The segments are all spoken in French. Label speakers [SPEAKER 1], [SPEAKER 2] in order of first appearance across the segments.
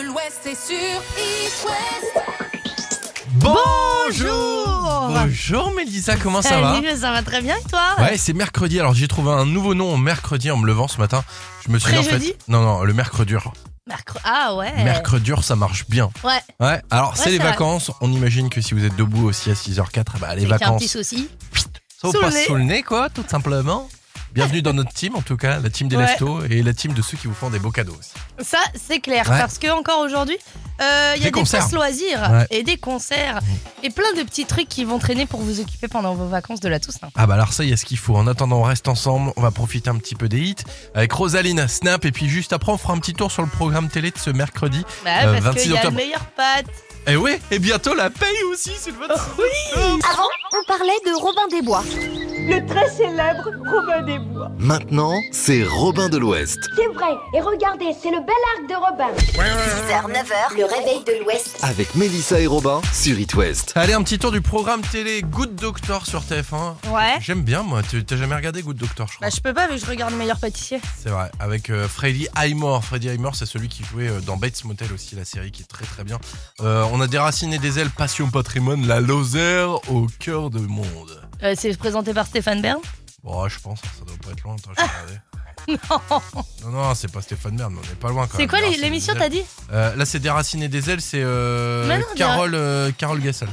[SPEAKER 1] sur East West.
[SPEAKER 2] Bonjour
[SPEAKER 3] Bonjour Mélissa, comment ça va
[SPEAKER 2] Salut, Ah ça va très bien et toi
[SPEAKER 3] Ouais, c'est mercredi. Alors j'ai trouvé un nouveau nom mercredi en me levant ce matin. Je me suis dit en
[SPEAKER 2] Pré-jeudi
[SPEAKER 3] fait. Non, non, le mercredure.
[SPEAKER 2] Mercre- Ah ouais.
[SPEAKER 3] Mercredure, ça marche bien.
[SPEAKER 2] Ouais,
[SPEAKER 3] Ouais, alors c'est
[SPEAKER 2] Ouais,
[SPEAKER 3] les
[SPEAKER 2] c'est vrai.
[SPEAKER 3] vacances. On imagine que si vous êtes debout aussi à 6h04, ah bah, les
[SPEAKER 2] avec un
[SPEAKER 3] vacances.
[SPEAKER 2] petit souci.
[SPEAKER 3] Ça vous
[SPEAKER 2] sous le
[SPEAKER 3] passe
[SPEAKER 2] nez.
[SPEAKER 3] sous le nez, quoi, tout simplement. Bienvenue dans notre team, en tout cas, la team des
[SPEAKER 2] Ouais.
[SPEAKER 3] leftos et la team de ceux qui vous font des beaux cadeaux aussi.
[SPEAKER 2] Ça, c'est clair,
[SPEAKER 3] Ouais.
[SPEAKER 2] parce que encore aujourd'hui, euh, il y
[SPEAKER 3] Des
[SPEAKER 2] a des
[SPEAKER 3] concerts.
[SPEAKER 2] passes loisirs
[SPEAKER 3] Ouais.
[SPEAKER 2] et des concerts et plein de petits trucs qui vont traîner pour vous occuper pendant vos vacances de la Toussaint.
[SPEAKER 3] Ah bah alors ça, il y a ce qu'il faut. En attendant, on reste ensemble. On va profiter un petit peu des hits avec Rosaline, Snap. Et puis juste après, on fera un petit tour sur le programme télé de ce mercredi.
[SPEAKER 2] Bah,
[SPEAKER 3] Euh,
[SPEAKER 2] parce
[SPEAKER 3] 26
[SPEAKER 2] qu'il y a le
[SPEAKER 3] octobre.
[SPEAKER 2] meilleur pâte.
[SPEAKER 3] Et ouais, et bientôt la paye aussi, c'est le 26.
[SPEAKER 1] Avant, on parlait de Robin des Bois.
[SPEAKER 4] le très célèbre Robin des Bois.
[SPEAKER 5] Maintenant, c'est Robin de l'Ouest.
[SPEAKER 6] C'est vrai, et regardez, c'est le bel arc de Robin.
[SPEAKER 1] 6h, 9h, le réveil de l'Ouest.
[SPEAKER 5] Avec Mélissa et Robin sur It West.
[SPEAKER 3] Allez, un petit tour du programme télé Good Doctor sur TF1.
[SPEAKER 2] Ouais.
[SPEAKER 3] J'aime bien, moi. Tu- T'as jamais regardé Good Doctor, je crois.
[SPEAKER 2] Bah, je peux pas, mais je regarde le meilleur pâtissier.
[SPEAKER 3] C'est vrai. Avec euh, Freddy Highmore. Freddy Highmore, c'est celui qui jouait euh, dans Bates Motel aussi, la série qui est très très bien. Euh, on a déraciné des ailes, passion, patrimoine, la Lozère au cœur du monde.
[SPEAKER 2] Euh, c'est présenté par Stéphane Bern.
[SPEAKER 3] Ah, Bon, je pense, ça doit pas être loin. Attends, je vais regarder. Non, non, c'est pas Stéphane Bern, mais on est pas loin quand
[SPEAKER 2] C'est
[SPEAKER 3] même.
[SPEAKER 2] quoi les-
[SPEAKER 3] Déraciner
[SPEAKER 2] l'émission,
[SPEAKER 3] des
[SPEAKER 2] t'as dit
[SPEAKER 3] ailes. Euh, Là, c'est Déraciner des ailes, c'est euh,
[SPEAKER 2] Mais non,
[SPEAKER 3] Carole, euh, Carole Gassel.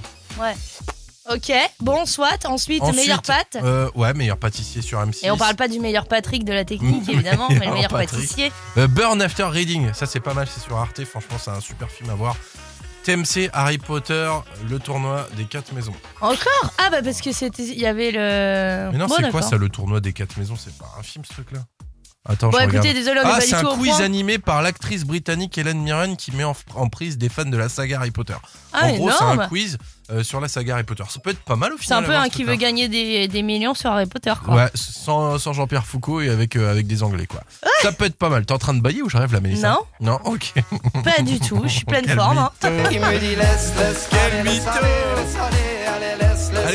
[SPEAKER 2] Ok, bon, soit. Ensuite,
[SPEAKER 3] Ensuite,
[SPEAKER 2] meilleur pâte.
[SPEAKER 3] Euh, ouais, meilleur pâtissier sur M6.
[SPEAKER 2] Et on parle pas du meilleur Patrick de la technique, évidemment, mais le meilleur
[SPEAKER 3] Patrick.
[SPEAKER 2] pâtissier.
[SPEAKER 3] Euh, Burn After Reading, ça c'est pas mal, c'est sur Arte, franchement c'est un super film à voir. TMC, Harry Potter, le tournoi des quatre maisons.
[SPEAKER 2] Encore Ah bah parce que c'était il y avait le
[SPEAKER 3] Mais non,
[SPEAKER 2] Bon,
[SPEAKER 3] c'est quoi
[SPEAKER 2] d'accord.
[SPEAKER 3] ça le tournoi des quatre maisons C'est pas un film ce truc là Attends,
[SPEAKER 2] Bon
[SPEAKER 3] je regarde.
[SPEAKER 2] écoutez, désolé, on n'est
[SPEAKER 3] ah,
[SPEAKER 2] pas du
[SPEAKER 3] c'est un
[SPEAKER 2] tout au
[SPEAKER 3] quiz
[SPEAKER 2] point.
[SPEAKER 3] animé par l'actrice britannique Helen Mirren qui met en, en prise des fans de la saga Harry Potter.
[SPEAKER 2] Ah
[SPEAKER 3] en gros, c'est un
[SPEAKER 2] énorme.
[SPEAKER 3] quiz euh, sur la saga Harry Potter. Ça peut être pas mal au
[SPEAKER 2] C'est
[SPEAKER 3] final.
[SPEAKER 2] un peu
[SPEAKER 3] à voir,
[SPEAKER 2] un
[SPEAKER 3] ce
[SPEAKER 2] qui veut
[SPEAKER 7] hein.
[SPEAKER 3] truc-là.
[SPEAKER 2] gagner des, des millions sur Harry Potter quoi.
[SPEAKER 3] Ouais, sans, sans Jean-Pierre Foucault et avec, euh, avec des Anglais quoi. Ça peut être pas mal. T'es en train de bailler ou j'arrive la Mélissa
[SPEAKER 2] Non.
[SPEAKER 3] Non, ok.
[SPEAKER 2] Pas du tout, je suis pleine
[SPEAKER 3] Quel
[SPEAKER 2] forme. hein.
[SPEAKER 3] Allez,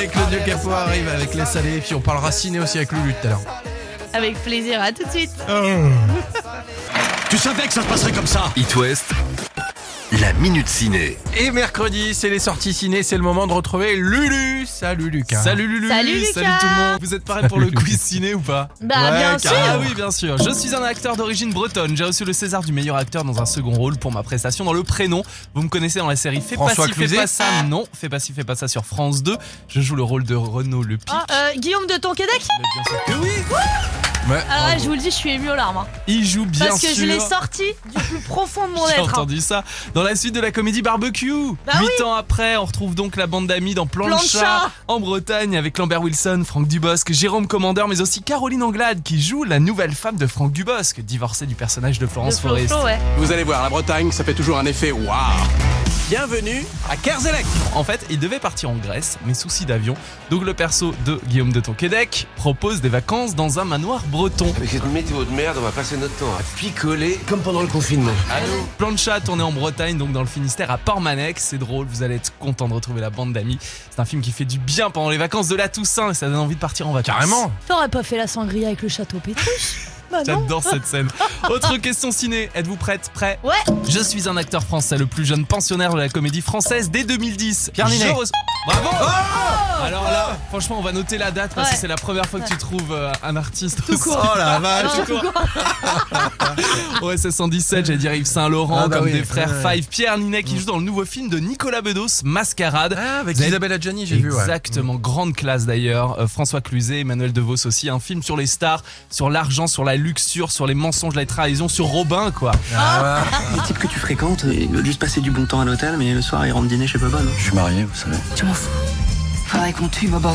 [SPEAKER 3] Claudio Capot arrive avec les salés, puis on parlera ciné aussi avec Lulu tout à l'heure.
[SPEAKER 2] Avec plaisir, à tout de suite.
[SPEAKER 3] Oh.
[SPEAKER 7] Tu savais que ça se passerait comme ça
[SPEAKER 5] It West, la minute ciné.
[SPEAKER 3] Et mercredi, c'est les sorties ciné, c'est le moment de retrouver Lulu. Salut Lucas.
[SPEAKER 7] Salut Lulu
[SPEAKER 2] Salut, Lucas.
[SPEAKER 7] tout le monde Vous êtes parés pour le
[SPEAKER 3] Salut, Lucas.
[SPEAKER 7] quiz ciné ou pas
[SPEAKER 2] Bah
[SPEAKER 3] Ouais,
[SPEAKER 2] bien
[SPEAKER 3] carrément.
[SPEAKER 7] ah
[SPEAKER 2] sûr.
[SPEAKER 7] oui, bien sûr. Je suis un acteur d'origine bretonne. J'ai reçu le César du meilleur acteur dans un second rôle pour ma prestation dans le prénom. Vous me connaissez dans la série Fais
[SPEAKER 3] François
[SPEAKER 7] pas si,
[SPEAKER 3] Cluzet
[SPEAKER 7] fais pas ça. Non, fais pas si, fais pas ça sur France 2. Je joue le rôle de Renaud Le Pic.
[SPEAKER 2] Ah, euh, Guillaume de Tonquédec
[SPEAKER 7] Mais bien sûr que oui.
[SPEAKER 3] Ouais,
[SPEAKER 2] Alors là,
[SPEAKER 3] bravo.
[SPEAKER 2] je vous le dis, je suis émue aux larmes. hein.
[SPEAKER 7] Il joue bien
[SPEAKER 2] parce que
[SPEAKER 7] sûr.
[SPEAKER 2] je l'ai sorti du plus profond de mon
[SPEAKER 7] J'ai
[SPEAKER 2] être. hein.
[SPEAKER 7] entendu ça dans la suite de la comédie Barbecue.
[SPEAKER 2] Bah
[SPEAKER 7] Huit ans après, on retrouve donc la bande d'amis dans Plan,
[SPEAKER 2] Plan
[SPEAKER 7] de
[SPEAKER 2] de
[SPEAKER 7] chat,
[SPEAKER 2] chat.
[SPEAKER 7] en Bretagne avec Lambert Wilson, Franck Dubosc, Jérôme Commandeur, mais aussi Caroline Anglade qui joue la nouvelle femme de Franck Dubosc, divorcée du personnage de
[SPEAKER 2] De
[SPEAKER 7] Florence
[SPEAKER 2] Flo
[SPEAKER 7] Forest.
[SPEAKER 2] Flo, ouais.
[SPEAKER 8] Vous allez voir, la Bretagne, ça fait toujours un effet waouh. Bienvenue à Kerzelec.
[SPEAKER 7] En fait, il devait partir en Grèce, mais souci d'avion. Donc le perso de Guillaume de Tonquédec propose des vacances dans un manoir breton.
[SPEAKER 9] Avec cette météo de merde, on va passer notre temps à picoler comme pendant le confinement.
[SPEAKER 7] Plan de chat tourné en Bretagne, donc dans le Finistère à Portmanec. C'est drôle, vous allez être content de retrouver la bande d'amis. C'est un film qui fait du bien pendant les vacances de la Toussaint et ça donne envie de partir en vacances.
[SPEAKER 3] Carrément.
[SPEAKER 2] T'aurais pas fait la sangria avec le château Pétruche Bah non.
[SPEAKER 7] J'adore cette scène. Autre question ciné, êtes-vous prête Prêt
[SPEAKER 2] Ouais.
[SPEAKER 7] Je suis un acteur français, le plus jeune pensionnaire de la comédie française dès 2010.
[SPEAKER 3] Pierre
[SPEAKER 7] Je
[SPEAKER 3] Ninet. Oh
[SPEAKER 7] reço- Bravo Oh Alors là, franchement, on va noter la date parce
[SPEAKER 2] Oh Ouais.
[SPEAKER 7] que c'est la première fois que tu trouves euh, un artiste.
[SPEAKER 2] Tout court.
[SPEAKER 3] Oh la vache.
[SPEAKER 2] Non,
[SPEAKER 7] Ouais, c'est 117, j'allais dire Yves Saint-Laurent,
[SPEAKER 3] Ah bah
[SPEAKER 7] comme
[SPEAKER 3] oui,
[SPEAKER 7] des frères
[SPEAKER 3] ouais. Mm.
[SPEAKER 7] Five. Pierre Ninet qui joue dans le nouveau film de Nicolas Bedos, Mascarade.
[SPEAKER 3] Ah, avec
[SPEAKER 7] Vous êtes-
[SPEAKER 3] Isabelle Adjani, j'ai vu. ouais. Mm.
[SPEAKER 7] Exactement, grande classe d'ailleurs. Euh, François Cluzet, Emmanuel DeVos aussi, un film sur les stars, sur l'argent, sur la luxure, sur les mensonges, la trahison, sur Robin quoi.
[SPEAKER 3] Ah, ouais.
[SPEAKER 10] Les types que tu fréquentes, ils veulent juste passer du bon temps à l'hôtel, mais le soir, ils rentrent dîner chez Bobon. Je suis marié, vous savez.
[SPEAKER 11] Je m'en fous. Faudrait qu'on tue Bobo.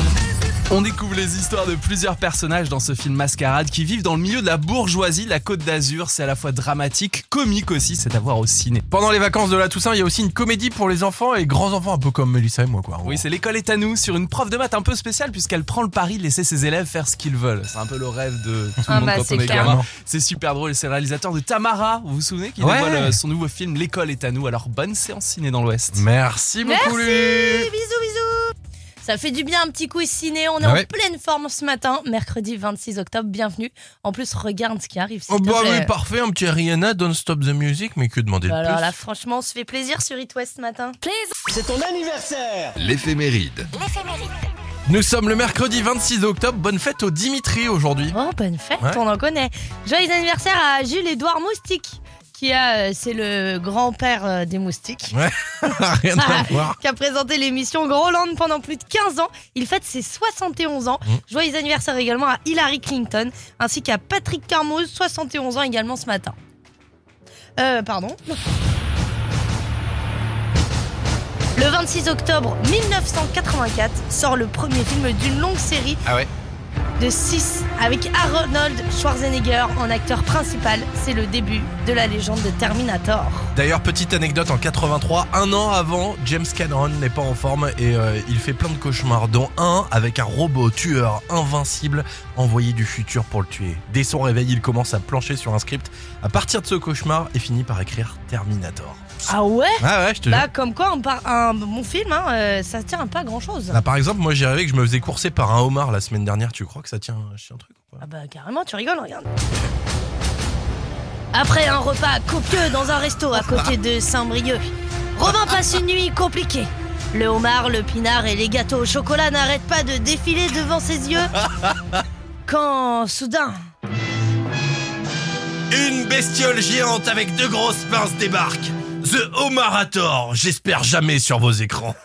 [SPEAKER 7] On découvre les histoires de plusieurs personnages dans ce film Mascarade qui vivent dans le milieu de la bourgeoisie, la Côte d'Azur. C'est à la fois dramatique, comique aussi, c'est à voir au ciné.
[SPEAKER 3] Pendant les vacances de la Toussaint, il y a aussi une comédie pour les enfants et grands enfants, un peu comme Mélissa et moi, quoi. en gros.
[SPEAKER 7] Oui, c'est l'école est à nous sur une prof de maths un peu spéciale puisqu'elle prend le pari de laisser ses élèves faire ce qu'ils veulent. C'est un peu le rêve de tout le
[SPEAKER 2] Ah
[SPEAKER 7] monde
[SPEAKER 2] bah,
[SPEAKER 7] quand
[SPEAKER 2] c'est
[SPEAKER 7] on est
[SPEAKER 2] clair.
[SPEAKER 7] gamin. C'est super drôle. C'est le réalisateur de Tamara. Vous vous souvenez qu'il
[SPEAKER 3] Ouais.
[SPEAKER 7] dévoile euh, son nouveau film L'école est à nous. Alors bonne séance ciné dans l'Ouest.
[SPEAKER 3] Merci beaucoup,
[SPEAKER 2] Merci.
[SPEAKER 3] Lulu.
[SPEAKER 2] Bisous, bisous. Ça fait du bien un petit coup ciné. On est
[SPEAKER 3] Ah
[SPEAKER 2] en
[SPEAKER 3] ouais.
[SPEAKER 2] pleine forme ce matin, mercredi 26 octobre. Bienvenue. En plus, regarde ce qui arrive. s'il
[SPEAKER 3] Oh,
[SPEAKER 2] te
[SPEAKER 3] bah,
[SPEAKER 2] plaît.
[SPEAKER 3] mais parfait, un petit Rihanna, Don't Stop the Music, mais que demander de
[SPEAKER 2] Alors
[SPEAKER 3] plus
[SPEAKER 2] là, franchement, on se fait plaisir sur It West ce matin.
[SPEAKER 12] C'est ton anniversaire
[SPEAKER 5] L'éphéméride.
[SPEAKER 3] Nous sommes le mercredi 26 octobre. Bonne fête au Dimitri aujourd'hui.
[SPEAKER 2] Oh, bonne fête,
[SPEAKER 3] Ouais.
[SPEAKER 2] on en connaît. Joyeux anniversaire à Jules-Édouard Moustique, qui a, euh, c'est le grand-père euh, des moustiques.
[SPEAKER 3] Ouais, rien à voir.
[SPEAKER 2] qui a présenté l'émission Groland pendant plus de 15 ans. Il fête ses 71 ans.
[SPEAKER 3] Mm.
[SPEAKER 2] Joyeux anniversaire également à Hillary Clinton, ainsi qu'à Patrick Carmose, 71 ans également ce matin. Euh, pardon. Le 26 octobre 1984 sort le premier film d'une longue série
[SPEAKER 3] Ah ouais
[SPEAKER 2] de 6 avec Arnold Schwarzenegger en acteur principal. C'est le début de la légende de Terminator.
[SPEAKER 3] D'ailleurs, petite anecdote, en 83, un an avant, James Cameron n'est pas en forme et euh, il fait plein de cauchemars, dont un avec un robot tueur invincible envoyé du futur pour le tuer. Dès son réveil, il commence à plancher sur un script à partir de ce cauchemar et finit par écrire Terminator.
[SPEAKER 2] Ah ouais
[SPEAKER 3] Ah ouais, je te jure.
[SPEAKER 2] Bah comme quoi, un, par- un bon film, hein, euh, ça tient à pas grand-chose.
[SPEAKER 3] Là, par exemple, moi j'ai rêvé que je me faisais courser par un homard la semaine dernière. Tu crois que ça tient je sais un truc
[SPEAKER 2] Ah bah carrément, tu rigoles, regarde. Après un repas copieux dans un resto à côté de Saint-Brieuc, Robin passe une nuit compliquée. Le homard, le pinard et les gâteaux au chocolat n'arrêtent pas de défiler devant ses yeux. Quand soudain,
[SPEAKER 3] Une bestiole géante avec deux grosses pinces débarque. The Homarator, j'espère jamais sur vos écrans.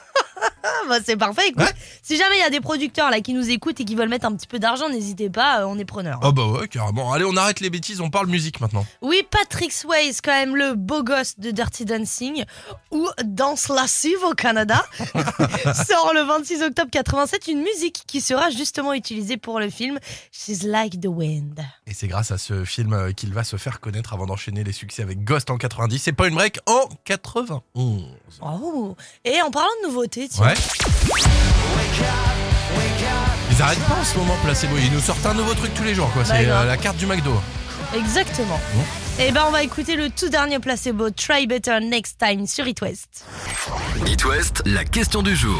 [SPEAKER 2] Ah bah, c'est parfait. écoute. Si jamais il y a des producteurs là qui nous écoutent et qui veulent mettre un petit peu d'argent, n'hésitez pas, euh, on est preneur.
[SPEAKER 3] Oh bah ouais, carrément. Allez, on arrête les bêtises, on parle musique maintenant.
[SPEAKER 2] Oui, Patrick Swayze, quand même le beau gosse de Dirty Dancing, ou Danse lascive au Canada, sort le 26 octobre 87 une musique qui sera justement utilisée pour le film She's Like the Wind.
[SPEAKER 3] Et c'est grâce à ce film euh, qu'il va se faire connaître avant d'enchaîner les succès avec Ghost en 90 C'est pas une break en 91.
[SPEAKER 2] Oh. Et en parlant de nouveautés, tiens,
[SPEAKER 3] Ouais. Ils arrêtent pas en ce moment, Placebo. Ils nous sortent un nouveau truc tous les jours, quoi. C'est
[SPEAKER 2] D'accord.
[SPEAKER 3] euh, la carte du McDo.
[SPEAKER 2] exactement.
[SPEAKER 3] Bon.
[SPEAKER 2] Et ben on va écouter le tout dernier placebo Try Better Next Time sur It West.
[SPEAKER 5] It West, la question du jour.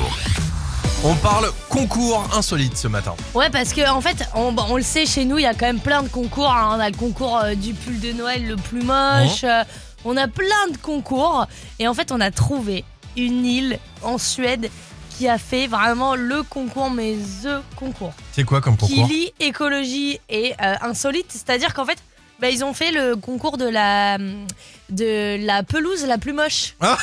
[SPEAKER 3] On parle concours insolite ce matin.
[SPEAKER 2] Ouais, parce que en fait, on, bon, on le sait, chez nous, il y a quand même plein de concours. hein. On a le concours euh, du pull de Noël le plus
[SPEAKER 3] Hein
[SPEAKER 2] moche. euh, on a plein de concours. Et en fait, on a trouvé une île en Suède qui a fait vraiment le concours, mais the concours.
[SPEAKER 3] C'est quoi comme concours
[SPEAKER 2] Qui lie écologie et euh, insolite. C'est-à-dire qu'en fait, bah, ils ont fait le concours de la, de la pelouse la plus moche.
[SPEAKER 3] Ah.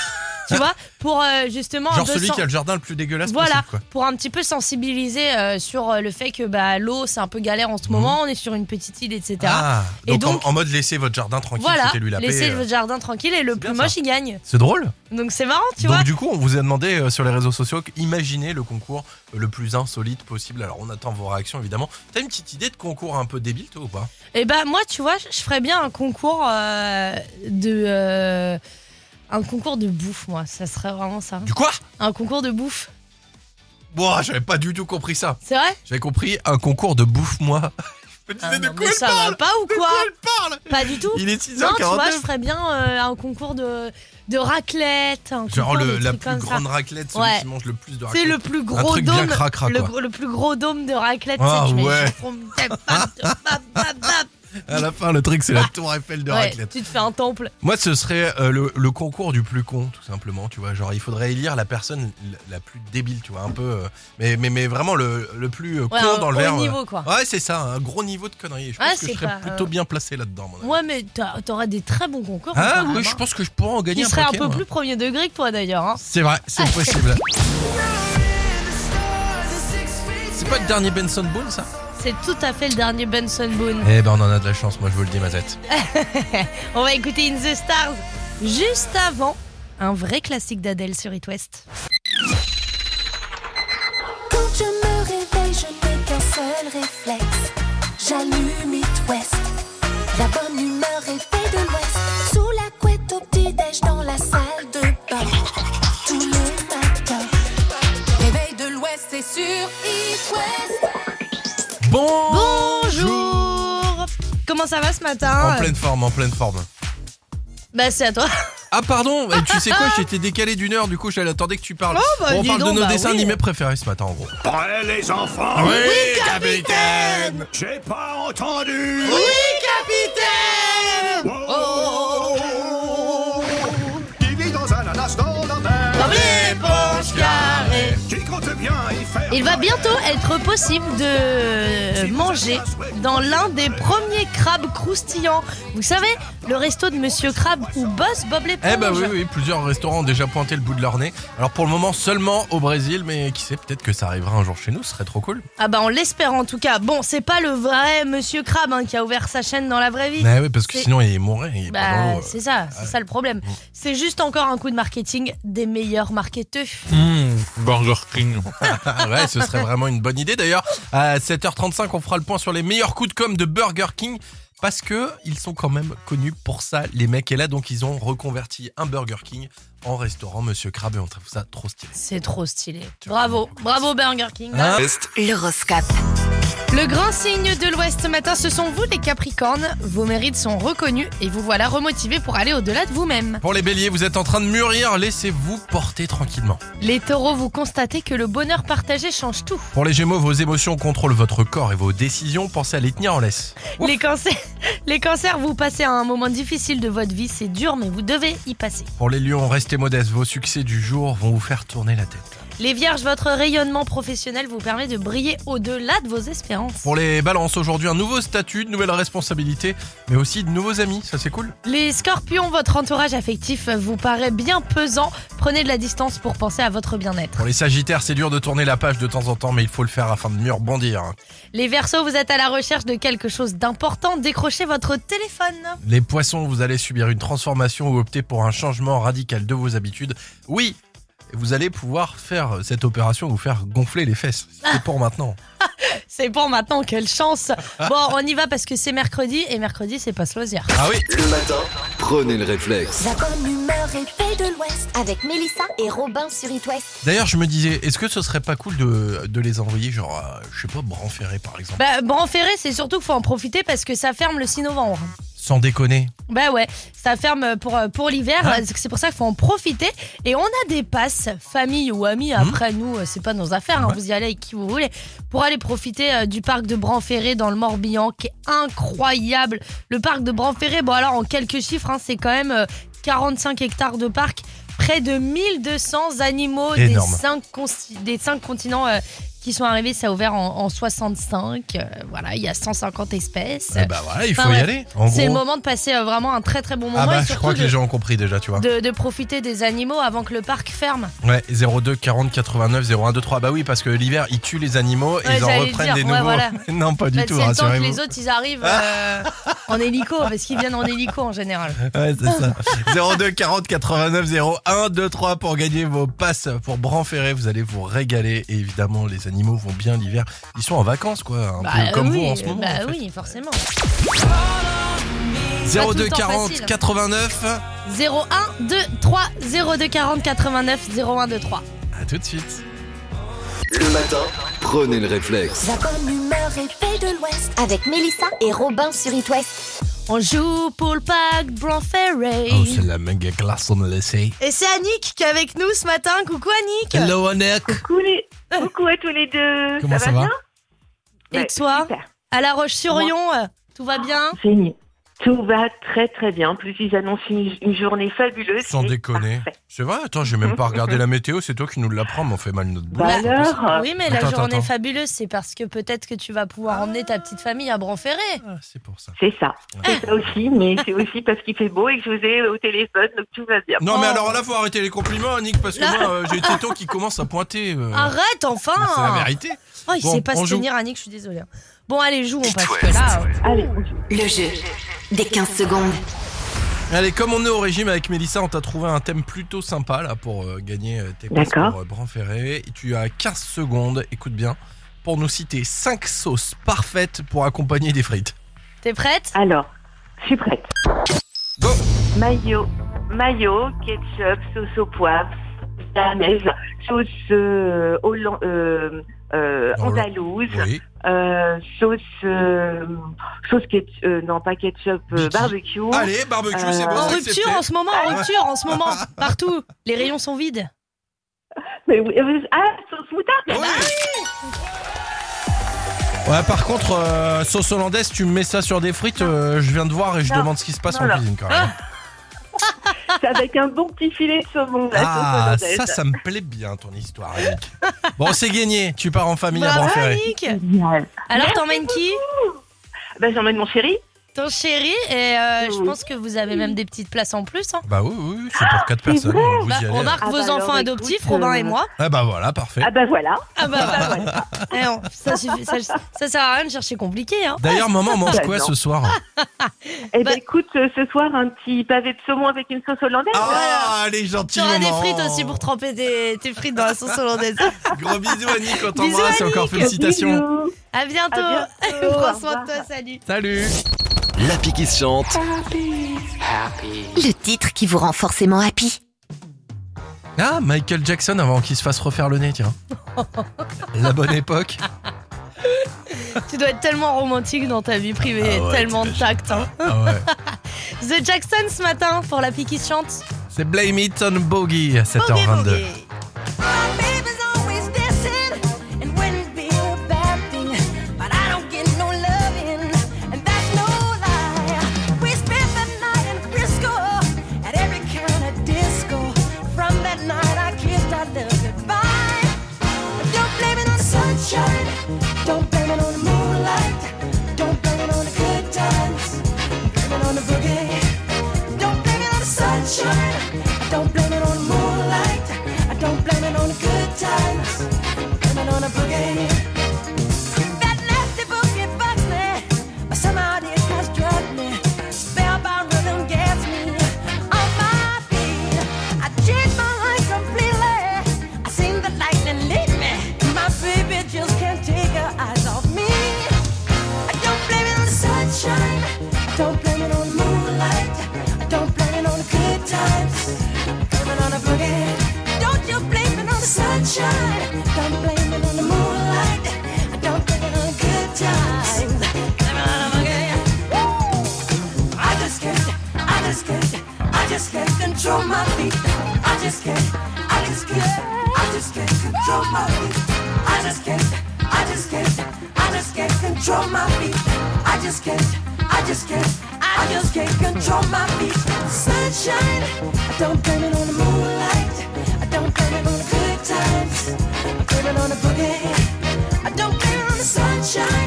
[SPEAKER 2] tu vois Pour euh, justement.
[SPEAKER 3] Genre
[SPEAKER 2] 200
[SPEAKER 3] celui qui a le jardin le plus dégueulasse
[SPEAKER 2] voilà,
[SPEAKER 3] possible, quoi.
[SPEAKER 2] pour un petit peu sensibiliser euh, sur euh, le fait que bah, l'eau, c'est un peu galère en ce moment, on est sur une petite île, etc.
[SPEAKER 3] Mhm. Ah,
[SPEAKER 2] Et
[SPEAKER 3] donc, en-
[SPEAKER 2] donc-
[SPEAKER 3] en, mode laissez votre jardin tranquille,
[SPEAKER 2] voilà,
[SPEAKER 3] foutez-lui la
[SPEAKER 2] laissez
[SPEAKER 3] paix. euh.
[SPEAKER 2] votre jardin tranquille et le plus moche, il gagne.
[SPEAKER 3] C'est drôle.
[SPEAKER 2] Donc c'est marrant, tu
[SPEAKER 3] donc
[SPEAKER 2] vois.
[SPEAKER 3] du coup, on vous a demandé euh, sur les réseaux sociaux, imaginez le concours euh, le plus insolite possible. Alors on attend vos réactions évidemment. T'as une petite idée de concours un peu débile toi ou pas
[SPEAKER 2] Et bah moi, tu vois, je ferais bien un concours euh, de... euh, un concours de bouffe, moi, ça serait vraiment ça.
[SPEAKER 3] Du quoi
[SPEAKER 2] Un concours de bouffe,
[SPEAKER 3] Bon, ah, j'avais pas du tout compris ça.
[SPEAKER 2] c'est vrai
[SPEAKER 3] J'avais compris un concours de bouffe moi.
[SPEAKER 2] Ah non, mais ça va pas ou quoi Pas du tout.
[SPEAKER 3] Il est
[SPEAKER 2] Non, tu vois,
[SPEAKER 3] 6h49.
[SPEAKER 2] je ferais bien euh, un concours de, de raclette. un
[SPEAKER 3] Genre
[SPEAKER 2] concours
[SPEAKER 3] le-
[SPEAKER 2] de
[SPEAKER 3] la
[SPEAKER 2] trucs
[SPEAKER 3] plus
[SPEAKER 2] comme ça.
[SPEAKER 3] grande raclette, celui
[SPEAKER 2] Ouais.
[SPEAKER 3] qui mange le plus de raclette.
[SPEAKER 2] C'est le plus
[SPEAKER 3] Ah, un
[SPEAKER 2] gros
[SPEAKER 3] truc bien
[SPEAKER 2] dôme.
[SPEAKER 3] cracra,
[SPEAKER 2] le,
[SPEAKER 3] quoi.
[SPEAKER 2] gr- le plus gros dôme de raclette.
[SPEAKER 3] Ah,
[SPEAKER 2] tu sais, tu mets
[SPEAKER 3] ouais.
[SPEAKER 2] du fromage, bap, bap, bap, bap, bap.
[SPEAKER 3] À la fin, le truc c'est la tour Eiffel de
[SPEAKER 2] Ouais,
[SPEAKER 3] raclette.
[SPEAKER 2] tu te fais un temple.
[SPEAKER 3] Moi, ce serait euh, le, le concours du plus con, tout simplement. Tu vois, genre, il faudrait élire la personne l- la plus débile, tu vois, un peu. euh, mais, mais, mais vraiment le, le plus euh,
[SPEAKER 2] Ouais,
[SPEAKER 3] con
[SPEAKER 2] un
[SPEAKER 3] dans le
[SPEAKER 2] haut
[SPEAKER 3] verre. euh.
[SPEAKER 2] niveau, quoi.
[SPEAKER 3] Ouais, c'est ça, un gros niveau de conneries. Je
[SPEAKER 2] Ouais,
[SPEAKER 3] pense que je
[SPEAKER 2] c'est
[SPEAKER 3] serais
[SPEAKER 2] pas,
[SPEAKER 3] plutôt
[SPEAKER 2] euh,
[SPEAKER 3] bien placé là-dedans. mon ami.
[SPEAKER 2] Ouais, mais t'a- t'auras des très bons concours.
[SPEAKER 3] Ah
[SPEAKER 2] encore,
[SPEAKER 3] oui,
[SPEAKER 2] hein.
[SPEAKER 3] je pense que je pourrais en gagner
[SPEAKER 2] Qui
[SPEAKER 3] un hein.
[SPEAKER 2] serait un
[SPEAKER 3] paquet,
[SPEAKER 2] peu
[SPEAKER 3] moi.
[SPEAKER 2] plus premier degré que toi d'ailleurs. hein.
[SPEAKER 3] C'est vrai, c'est possible. c'est pas le dernier Benson Boone, ça
[SPEAKER 2] C'est tout à fait le dernier Benson Boone.
[SPEAKER 3] Eh ben, on en a de la chance, moi, je vous le dis, ma tête. Eh.
[SPEAKER 2] On va écouter In the Stars juste avant un vrai classique d'Adèle sur It West.
[SPEAKER 1] Quand je me réveille, je n'ai qu'un seul réflexe. J'allume It West. La bonne humeur est faite de l'Ouest. Sous la couette au petit-déj dans la salle de bain. Tout le matin. Réveil de l'Ouest, c'est sur It West.
[SPEAKER 2] Bonjour Comment ça va ce matin
[SPEAKER 3] En pleine forme, en pleine forme.
[SPEAKER 2] Bah c'est à toi.
[SPEAKER 3] Ah pardon, eh, tu sais quoi, j'étais décalé d'une heure, du coup j'attendais que tu parles.
[SPEAKER 13] Oh, bah,
[SPEAKER 3] on
[SPEAKER 13] dis
[SPEAKER 3] parle de
[SPEAKER 13] donc,
[SPEAKER 3] nos
[SPEAKER 13] bah
[SPEAKER 3] dessins
[SPEAKER 13] oui.
[SPEAKER 3] animés préférés ce matin en gros.
[SPEAKER 13] Prêt les enfants
[SPEAKER 3] Oui, Oui, capitaine
[SPEAKER 13] J'ai pas entendu
[SPEAKER 12] Oui, capitaine
[SPEAKER 13] Qui vit dans un ananas dans la mer
[SPEAKER 2] Comme les ponches carrées.
[SPEAKER 13] Qui compte bien y faire
[SPEAKER 2] Il va bientôt être possible de manger dans l'un des premiers crabes croustillants. Vous savez, le resto de Monsieur Crabe où bosse Bob l'éponge.
[SPEAKER 3] Eh bah oui, oui, plusieurs restaurants ont déjà pointé le bout de leur nez. Alors pour le moment seulement au Brésil, mais qui sait, peut-être que ça arrivera un jour chez nous, ce serait trop cool.
[SPEAKER 2] Ah bah on l'espère en tout cas. Bon, c'est pas le vrai Monsieur Crabe hein, qui a ouvert sa chaîne dans la vraie vie.
[SPEAKER 3] Mais ah euh, oui, parce que
[SPEAKER 2] C'est-
[SPEAKER 3] sinon il mourrait. il est pas dans
[SPEAKER 2] Bah,
[SPEAKER 3] l'eau.
[SPEAKER 2] c'est ça, c'est ça le problème. C'est juste encore un coup de marketing des meilleurs marketeurs.
[SPEAKER 3] Burger King. Ah ouais, ce serait vraiment une bonne idée. D'ailleurs, à 7h35, on fera le point sur les meilleurs coups de com de Burger King. Parce que ils sont quand même connus pour ça, les mecs. Et là, donc, ils ont reconverti un Burger King en restaurant Monsieur Crabbe. Et on trouve ça trop stylé.
[SPEAKER 2] C'est trop stylé. Bravo, bravo Burger King.
[SPEAKER 3] Hein
[SPEAKER 2] L'horoscope. Le grand signe de l'Ouest ce matin, ce sont vous les Capricornes. Vos mérites sont reconnus et vous voilà remotivés pour aller au-delà de vous-même.
[SPEAKER 3] Pour les béliers, vous êtes en train de mûrir. Laissez-vous porter tranquillement.
[SPEAKER 2] Les taureaux, vous constatez que le bonheur partagé change tout.
[SPEAKER 3] Pour les gémeaux, vos émotions contrôlent votre corps et vos décisions. Pensez à les tenir en laisse.
[SPEAKER 2] Les cancers, les cancers, vous passez à un moment difficile de votre vie, c'est dur mais vous devez y passer.
[SPEAKER 3] Pour les lions, restez modestes. Vos succès du jour vont vous faire tourner la tête.
[SPEAKER 2] Les vierges, votre rayonnement professionnel vous permet de briller au-delà de vos espérances.
[SPEAKER 3] Pour les balances, aujourd'hui, un nouveau statut, de nouvelles responsabilités, mais aussi de nouveaux amis. Ça, c'est cool.
[SPEAKER 2] Les scorpions, votre entourage affectif vous paraît bien pesant, prenez de la distance pour penser à votre bien-être.
[SPEAKER 3] Pour les sagittaires, c'est dur de tourner la page de temps en temps, mais il faut le faire afin de mieux rebondir. hein.
[SPEAKER 2] Les Verseaux, vous êtes à la recherche de quelque chose d'important, décrochez votre téléphone.
[SPEAKER 3] Les poissons, vous allez subir une transformation ou opter pour un changement radical de vos habitudes. Oui, vous allez pouvoir faire cette opération, vous faire gonfler les fesses. C'est pour maintenant.
[SPEAKER 2] C'est bon maintenant, quelle chance. Bon, on y va parce que c'est mercredi et mercredi c'est pas loisir.
[SPEAKER 3] Ah oui
[SPEAKER 5] Le matin, prenez le réflexe.
[SPEAKER 6] La bonne humeur est faite de l'Ouest avec Mélissa et Robin sur It West.
[SPEAKER 3] D'ailleurs, je me disais, est-ce que ce serait pas cool de, de les envoyer, genre, euh, je sais pas, Branferré par exemple
[SPEAKER 2] Bah, Bran Ferré, c'est surtout qu'il faut en profiter parce que ça ferme le 6 novembre.
[SPEAKER 3] Sans déconner.
[SPEAKER 2] Bah ouais, ça ferme pour, euh, pour l'hiver,
[SPEAKER 3] Ah.
[SPEAKER 2] euh, c'est pour ça qu'il faut en profiter. Et on a des passes, famille ou amis,
[SPEAKER 3] Hmm.
[SPEAKER 2] après nous, euh, c'est pas nos affaires, hein, vous y allez avec qui vous voulez, pour aller profiter euh, du parc de Branferré dans le Morbihan, qui est incroyable. Le parc de Branferré, bon alors en quelques chiffres, hein, c'est quand même euh, 45 hectares de parc, près de 1200 animaux
[SPEAKER 3] Énorme.
[SPEAKER 2] des 5, des cinq continents. euh, qui sont arrivés, ça a ouvert en, en 65. euh, voilà, il y a 150 espèces.
[SPEAKER 3] Eh bah voilà, il faut
[SPEAKER 2] Enfin,
[SPEAKER 3] y
[SPEAKER 2] bref,
[SPEAKER 3] aller, en
[SPEAKER 2] C'est le
[SPEAKER 3] gros.
[SPEAKER 2] moment de passer euh, vraiment un très très bon moment.
[SPEAKER 3] Ah bah,
[SPEAKER 2] et
[SPEAKER 3] je crois
[SPEAKER 2] surtout
[SPEAKER 3] que les
[SPEAKER 2] de-
[SPEAKER 3] gens ont compris déjà, tu vois.
[SPEAKER 2] de, de profiter des animaux avant que le parc ferme.
[SPEAKER 3] Ouais, 02 40 89 01 23. Bah oui, parce que l'hiver, ils tuent les animaux et
[SPEAKER 2] Ouais,
[SPEAKER 3] ils en
[SPEAKER 2] j'allais
[SPEAKER 3] reprennent
[SPEAKER 2] dire,
[SPEAKER 3] des
[SPEAKER 2] ouais,
[SPEAKER 3] nouveaux.
[SPEAKER 2] voilà.
[SPEAKER 3] non, pas du
[SPEAKER 2] Bah,
[SPEAKER 3] tout,
[SPEAKER 2] c'est le temps que
[SPEAKER 3] rassurez-vous.
[SPEAKER 2] les autres ils arrivent euh, en hélico, parce qu'ils viennent en hélico en général.
[SPEAKER 3] Ouais, c'est ça. 02 40 89 01 23 pour gagner vos passes pour Branferré. Vous allez vous régaler. Et évidemment, les animaux vont bien l'hiver. Ils sont en vacances, quoi. Un
[SPEAKER 2] Bah,
[SPEAKER 3] peu comme
[SPEAKER 2] oui,
[SPEAKER 3] vous en ce moment.
[SPEAKER 2] Bah
[SPEAKER 3] en fait.
[SPEAKER 2] oui, forcément. pas tout
[SPEAKER 3] 02
[SPEAKER 2] le temps
[SPEAKER 3] 40
[SPEAKER 2] facile.
[SPEAKER 3] 89.
[SPEAKER 2] 01 2 3 02 40 89 01 2 3.
[SPEAKER 3] À tout de suite.
[SPEAKER 5] Le matin, prenez le réflexe.
[SPEAKER 6] La bonne humeur est faite de l'Ouest avec Mélissa et Robin sur It West.
[SPEAKER 2] On joue pour le parc Bronferré.
[SPEAKER 3] Oh, c'est la méga classe, on me laissait.
[SPEAKER 2] Et c'est Annick qui est avec nous ce matin. Coucou Annick.
[SPEAKER 3] Hello, Annette.
[SPEAKER 4] Coucou, les- Coucou à tous les deux
[SPEAKER 3] Comment ça va
[SPEAKER 4] bien
[SPEAKER 2] Et toi À La Roche-sur-Yon, euh, tout va bien
[SPEAKER 4] Génial. Tout va très très bien. En plus, ils annoncent une, une journée fabuleuse.
[SPEAKER 3] Sans
[SPEAKER 4] C'est
[SPEAKER 3] déconner.
[SPEAKER 4] parfait.
[SPEAKER 3] C'est vrai, attends, j'ai même pas regardé la météo, c'est toi qui nous l'apprends, mais on fait mal notre boulot.
[SPEAKER 4] Bah alors
[SPEAKER 2] Oui, mais la
[SPEAKER 3] Ah. Attends,
[SPEAKER 2] journée
[SPEAKER 3] attends.
[SPEAKER 2] fabuleuse, c'est parce que peut-être que tu vas
[SPEAKER 4] Ah.
[SPEAKER 2] pouvoir emmener ta petite famille à Bronferré.
[SPEAKER 3] Ah, C'est pour ça.
[SPEAKER 4] C'est ça. C'est ça aussi, mais c'est aussi parce qu'il fait beau et que je vous ai au téléphone, donc tout va bien.
[SPEAKER 3] Non, mais alors là, faut arrêter les compliments, Nick, parce que
[SPEAKER 2] Là.
[SPEAKER 3] moi, euh, j'ai des tétons qui commencent à pointer. euh.
[SPEAKER 4] Ah,
[SPEAKER 2] Arrête enfin
[SPEAKER 3] Mais c'est la vérité.
[SPEAKER 2] Oh, il
[SPEAKER 3] Bon,
[SPEAKER 2] sait pas
[SPEAKER 3] on
[SPEAKER 2] se
[SPEAKER 3] joue.
[SPEAKER 2] tenir, Annick, je suis désolée. Bon, allez, joue, on passe que là. euh,
[SPEAKER 4] Allez,
[SPEAKER 11] Le jeu des 15 secondes.
[SPEAKER 3] Allez, comme on est au régime avec Mélissa, on t'a trouvé un thème plutôt sympa là pour euh, gagner euh, tes places
[SPEAKER 4] D'accord.
[SPEAKER 3] pour euh, Bran-Ferré. Et Tu as 15 secondes, écoute bien, pour nous citer 5 sauces parfaites pour accompagner des frites.
[SPEAKER 2] T'es prête
[SPEAKER 4] Alors, je suis prête.
[SPEAKER 3] Go.
[SPEAKER 4] Mayo, mayo, ketchup, sauce au poivre, béarnaise, sauce euh, hollan- euh, euh, andalouse, euh, sauce euh, sauce ketchup, non pas ketchup, euh, barbecue.
[SPEAKER 3] Allez, barbecue,
[SPEAKER 4] Euh,
[SPEAKER 3] c'est bon,
[SPEAKER 2] En
[SPEAKER 3] c'est
[SPEAKER 2] rupture
[SPEAKER 3] accepté.
[SPEAKER 2] en ce moment, en rupture en ce moment, partout. Les rayons sont vides.
[SPEAKER 4] Mais oui, euh, ah, sauce moutarde.
[SPEAKER 3] Ouais, par contre, euh, sauce hollandaise, tu me mets ça sur des frites, euh, je viens de voir et je
[SPEAKER 4] Non.
[SPEAKER 3] demande ce qui se passe
[SPEAKER 4] Non, non.
[SPEAKER 3] en cuisine quand même.
[SPEAKER 4] C'est avec un bon petit filet de saumon. La
[SPEAKER 3] Ah,
[SPEAKER 4] sauce hollandaise.
[SPEAKER 3] ça, ça me plaît bien ton histoire, Yannick. Bon, c'est gagné, tu pars en famille
[SPEAKER 4] Bah
[SPEAKER 3] à
[SPEAKER 2] Bravo,
[SPEAKER 3] Banferré.
[SPEAKER 2] Nick. Alors
[SPEAKER 4] Merci
[SPEAKER 2] t'emmènes qui
[SPEAKER 4] Ben Ah, j'emmène mon chéri.
[SPEAKER 2] Ton chéri et euh, je pense que vous avez même des petites places en plus. hein.
[SPEAKER 3] Bah oui, oui, oui, c'est pour 4 personnes. donc Vous
[SPEAKER 2] Bah,
[SPEAKER 3] y hein. allez.
[SPEAKER 2] remarque
[SPEAKER 4] Ah
[SPEAKER 2] vos
[SPEAKER 4] bah alors,
[SPEAKER 2] enfants
[SPEAKER 4] écoute,
[SPEAKER 2] adoptifs,
[SPEAKER 4] euh,
[SPEAKER 2] Robin et moi.
[SPEAKER 3] Ah bah voilà, parfait.
[SPEAKER 4] Ah bah voilà.
[SPEAKER 2] Ah bah, Eh non, ça, suffit- ça- ça sert à rien de chercher compliqué. Hein.
[SPEAKER 3] D'ailleurs, maman mange
[SPEAKER 4] Bah,
[SPEAKER 3] quoi
[SPEAKER 4] non.
[SPEAKER 3] ce soir
[SPEAKER 4] Eh ben
[SPEAKER 3] Bah-
[SPEAKER 4] écoute, euh, ce soir un petit pavé de saumon avec une sauce hollandaise.
[SPEAKER 3] Ah, les gentils
[SPEAKER 2] Tu auras des
[SPEAKER 3] maman.
[SPEAKER 2] frites aussi pour tremper tes, tes frites dans la sauce hollandaise.
[SPEAKER 3] Gros bisous, Annick, on
[SPEAKER 2] Bisous,
[SPEAKER 3] t'embrasse et encore
[SPEAKER 2] Annick.
[SPEAKER 3] félicitations.
[SPEAKER 2] À bientôt.
[SPEAKER 12] À bientôt,
[SPEAKER 2] Prends
[SPEAKER 12] au
[SPEAKER 2] soin de toi, salut.
[SPEAKER 3] Salut
[SPEAKER 5] L'appli qui se chante.
[SPEAKER 11] Le titre qui vous rend forcément happy.
[SPEAKER 3] Ah, Michael Jackson avant qu'il se fasse refaire le nez, tiens. La bonne époque.
[SPEAKER 2] Tu dois être tellement romantique dans ta vie privée,
[SPEAKER 3] Ah ouais,
[SPEAKER 2] tellement de tact. hein.
[SPEAKER 3] Ah ouais.
[SPEAKER 2] The Jackson ce matin pour la pique qui se chante.
[SPEAKER 3] C'est Blame It on Bogey à 7h22.
[SPEAKER 12] Baby's always dancing and wouldn't be a bad thing. But I don't get no loving, and that's no lie. We spent the night in Frisco at every kind of disco. From that night, I kissed our love goodbye. But don't blame it on sunshine, don't blame it on the moonlight, don't blame it on the good times, blame it on the boogie. Don't blame it on the sunshine, don't blame it on the moonlight. I don't blame it on the good times. Blame it on the boogie. That nasty boogie bugs me, but somehow it has struck me. Spellbound rhythm gets me on my feet. I change my life completely. I seen the lightning lead me. My baby just can't take her eyes off me. I don't blame it on the sunshine. I don't blame it on the moonlight. I don't blame it on the good times. Blame it on the boogie. Don't you blame it on the sunshine. Don't blame it on the moonlight. I don't blame it on the good times. Blame it on the boogie. Woo! I just can't, I just can't, I just can't control my feet. I just can't, I just can't, I just can't control my feet. I just can't, I just can't, I just can't control my feet. I just can't, I just can't. I just can't control my feet. Sunshine, I don't blame it on the moonlight. I don't blame it on the good times. I blame it on the boogie. I don't blame it on the sunshine.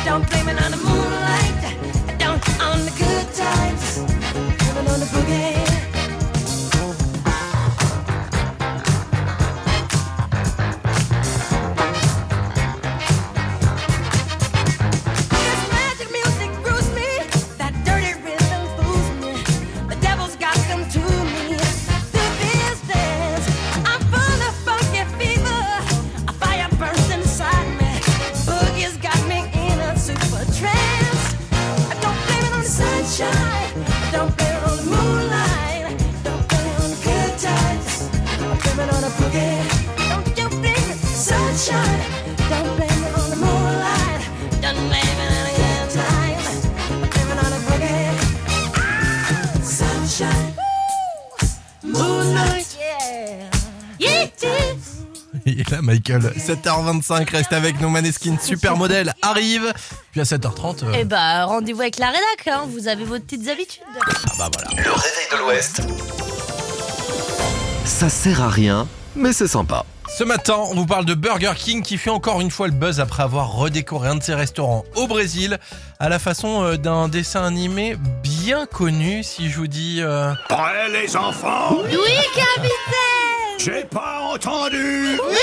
[SPEAKER 12] I don't blame it on the moonlight. I don't on the good times. Blame it on the boogie. Magic music brews me, that dirty rhythm fools me. The devil's got them to me. Through this dance, I'm full of funky fever. A fire burns inside me. Boogie's got me in a super trance. I don't blame it on the sunshine. I don't blame it on the moonlight. I don't blame it on the good times. I blame it on the boogie. Don't you blame it, sunshine. Don't blame it on the moonlight. Don't blame it on the good times. Blame it on the boogie. Ah, sunshine. Moonlight. Yeah. Yeah. yeah.
[SPEAKER 3] Il est là, Michael. 7h25, reste avec nous, Maneskin. Supermodèle arrive. Puis à 7h30. euh,
[SPEAKER 2] Eh bah, rendez-vous avec la rédac, hein, vous avez vos petites habitudes.
[SPEAKER 3] ah bah voilà.
[SPEAKER 5] Le réveil de l'Ouest. Ça sert à rien, mais c'est sympa.
[SPEAKER 3] Ce matin, on vous parle de Burger King qui fait encore une fois le buzz après avoir redécoré un de ses restaurants au Brésil à la façon euh, d'un dessin animé bien connu, si je vous dis. euh,
[SPEAKER 13] Prêts les enfants
[SPEAKER 12] Oui, capitaine
[SPEAKER 13] J'ai pas entendu
[SPEAKER 12] Oui,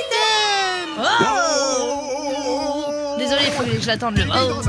[SPEAKER 12] capitaine
[SPEAKER 2] Oh.
[SPEAKER 13] Oh.
[SPEAKER 2] Désolé, il faut que je l'attende le. Oh.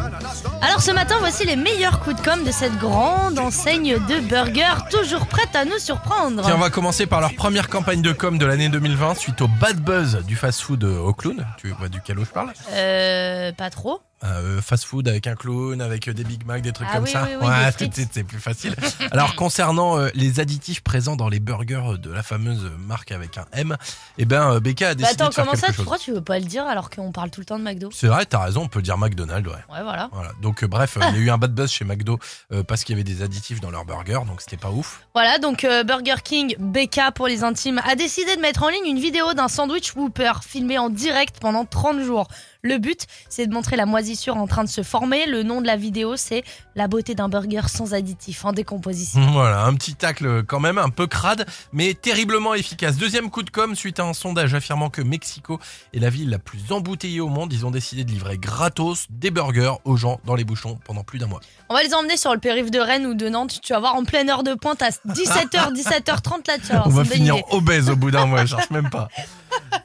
[SPEAKER 2] Alors ce matin, voici les meilleurs coups de com' de cette grande enseigne de burgers, toujours prête à nous surprendre.
[SPEAKER 3] Tiens, on va commencer par leur première campagne de com de l'année 2020 suite au bad buzz du fast-food euh, au clown. Tu vois duquel je parle
[SPEAKER 2] Euh, pas trop.
[SPEAKER 3] euh, fast-food avec un clown, avec euh, des Big Mac, des trucs
[SPEAKER 2] Ah
[SPEAKER 3] comme
[SPEAKER 2] oui,
[SPEAKER 3] ça.
[SPEAKER 2] oui, oui,
[SPEAKER 3] ouais,
[SPEAKER 2] des
[SPEAKER 3] c'est-
[SPEAKER 2] frites.
[SPEAKER 3] c'est c'est plus facile. Alors concernant euh, les additifs présents dans les burgers de la fameuse marque avec un M, eh ben euh, Becca a
[SPEAKER 2] Bah
[SPEAKER 3] décidé
[SPEAKER 2] attends,
[SPEAKER 3] de faire
[SPEAKER 2] comment
[SPEAKER 3] quelque
[SPEAKER 2] ça
[SPEAKER 3] chose.
[SPEAKER 2] Pourquoi tu veux pas le dire alors qu'on parle tout le temps de McDo
[SPEAKER 3] C'est vrai, t'as raison, on peut dire McDonald's, ouais.
[SPEAKER 2] Ouais, voilà.
[SPEAKER 3] Voilà. Donc euh, bref, euh, il y a eu un bad buzz chez McDo euh, parce qu'il y avait des additifs dans leurs burgers, donc c'était pas ouf.
[SPEAKER 2] Voilà, donc euh, Burger King, BK pour les intimes, a décidé de mettre en ligne une vidéo d'un sandwich Whopper filmé en direct pendant 30 jours. Le but, c'est de montrer la moisissure en train de se former. Le nom de la vidéo, c'est La beauté d'un burger sans additifs en décomposition.
[SPEAKER 3] Voilà, un petit tacle quand même, un peu crade, mais terriblement efficace. Deuxième coup de com' suite à un sondage affirmant que Mexico est la ville la plus embouteillée au monde. Ils ont décidé de livrer gratos des burgers aux gens dans les bouchons pendant plus d'un mois.
[SPEAKER 2] On va les emmener sur le périph' de Rennes ou de Nantes. Tu vas voir en pleine heure de pointe à 17h, 17h30 là, tu vas voir,
[SPEAKER 3] On va
[SPEAKER 2] c'est une bonne
[SPEAKER 3] finir
[SPEAKER 2] idée.
[SPEAKER 3] obèse au bout d'un mois, je cherche même pas.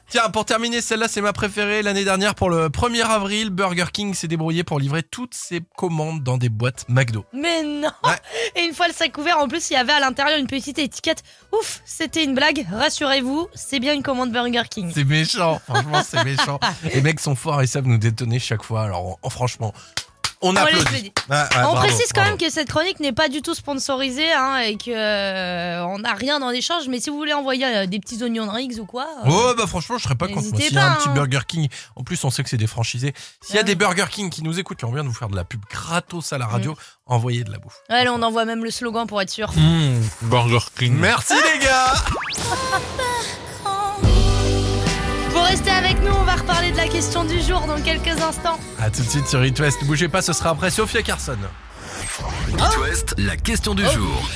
[SPEAKER 3] Tiens, pour terminer, celle-là, c'est ma préférée. L'année dernière, pour le 1er avril, Burger King s'est débrouillé pour livrer toutes ses commandes dans des boîtes McDo.
[SPEAKER 2] Mais non Et une fois le sac ouvert, en plus, il y avait à l'intérieur une petite étiquette. Ouf, c'était une blague. Rassurez-vous, c'est bien une commande Burger King.
[SPEAKER 3] C'est méchant, franchement, c'est méchant. Les mecs sont forts et savent nous détonner chaque fois. Alors, on- franchement, on,
[SPEAKER 2] On
[SPEAKER 3] applaudit.
[SPEAKER 2] l'applaudit.
[SPEAKER 3] Bah, Ouais, ouais,
[SPEAKER 2] on
[SPEAKER 3] Ah, bravo,
[SPEAKER 2] précise quand
[SPEAKER 3] bravo.
[SPEAKER 2] même que cette chronique n'est pas du tout sponsorisée hein, et que euh, on n'a rien en échange. Mais si vous voulez envoyer euh, des petits oignons rings ou quoi, euh,
[SPEAKER 3] Ouais, bah franchement, je serais pas contre.
[SPEAKER 2] N'hésitez
[SPEAKER 3] Moi, S'il y a
[SPEAKER 2] pas,
[SPEAKER 3] un petit
[SPEAKER 2] hein.
[SPEAKER 3] Burger King, en plus, on sait que c'est des franchisés. S'il y a des Burger King qui nous écoutent, là, on vient de vous faire de la pub gratos à la radio, envoyez de la bouffe.
[SPEAKER 2] ouais, là, on envoie même le slogan pour être sûr.
[SPEAKER 3] Mmh, Burger King. Merci les gars
[SPEAKER 2] Pour rester avec nous, on va reparler de la question du jour dans quelques instants.
[SPEAKER 3] À tout de suite sur It West. Ne bougez pas, ce sera après Sophia Carson.
[SPEAKER 5] It West, la question du jour.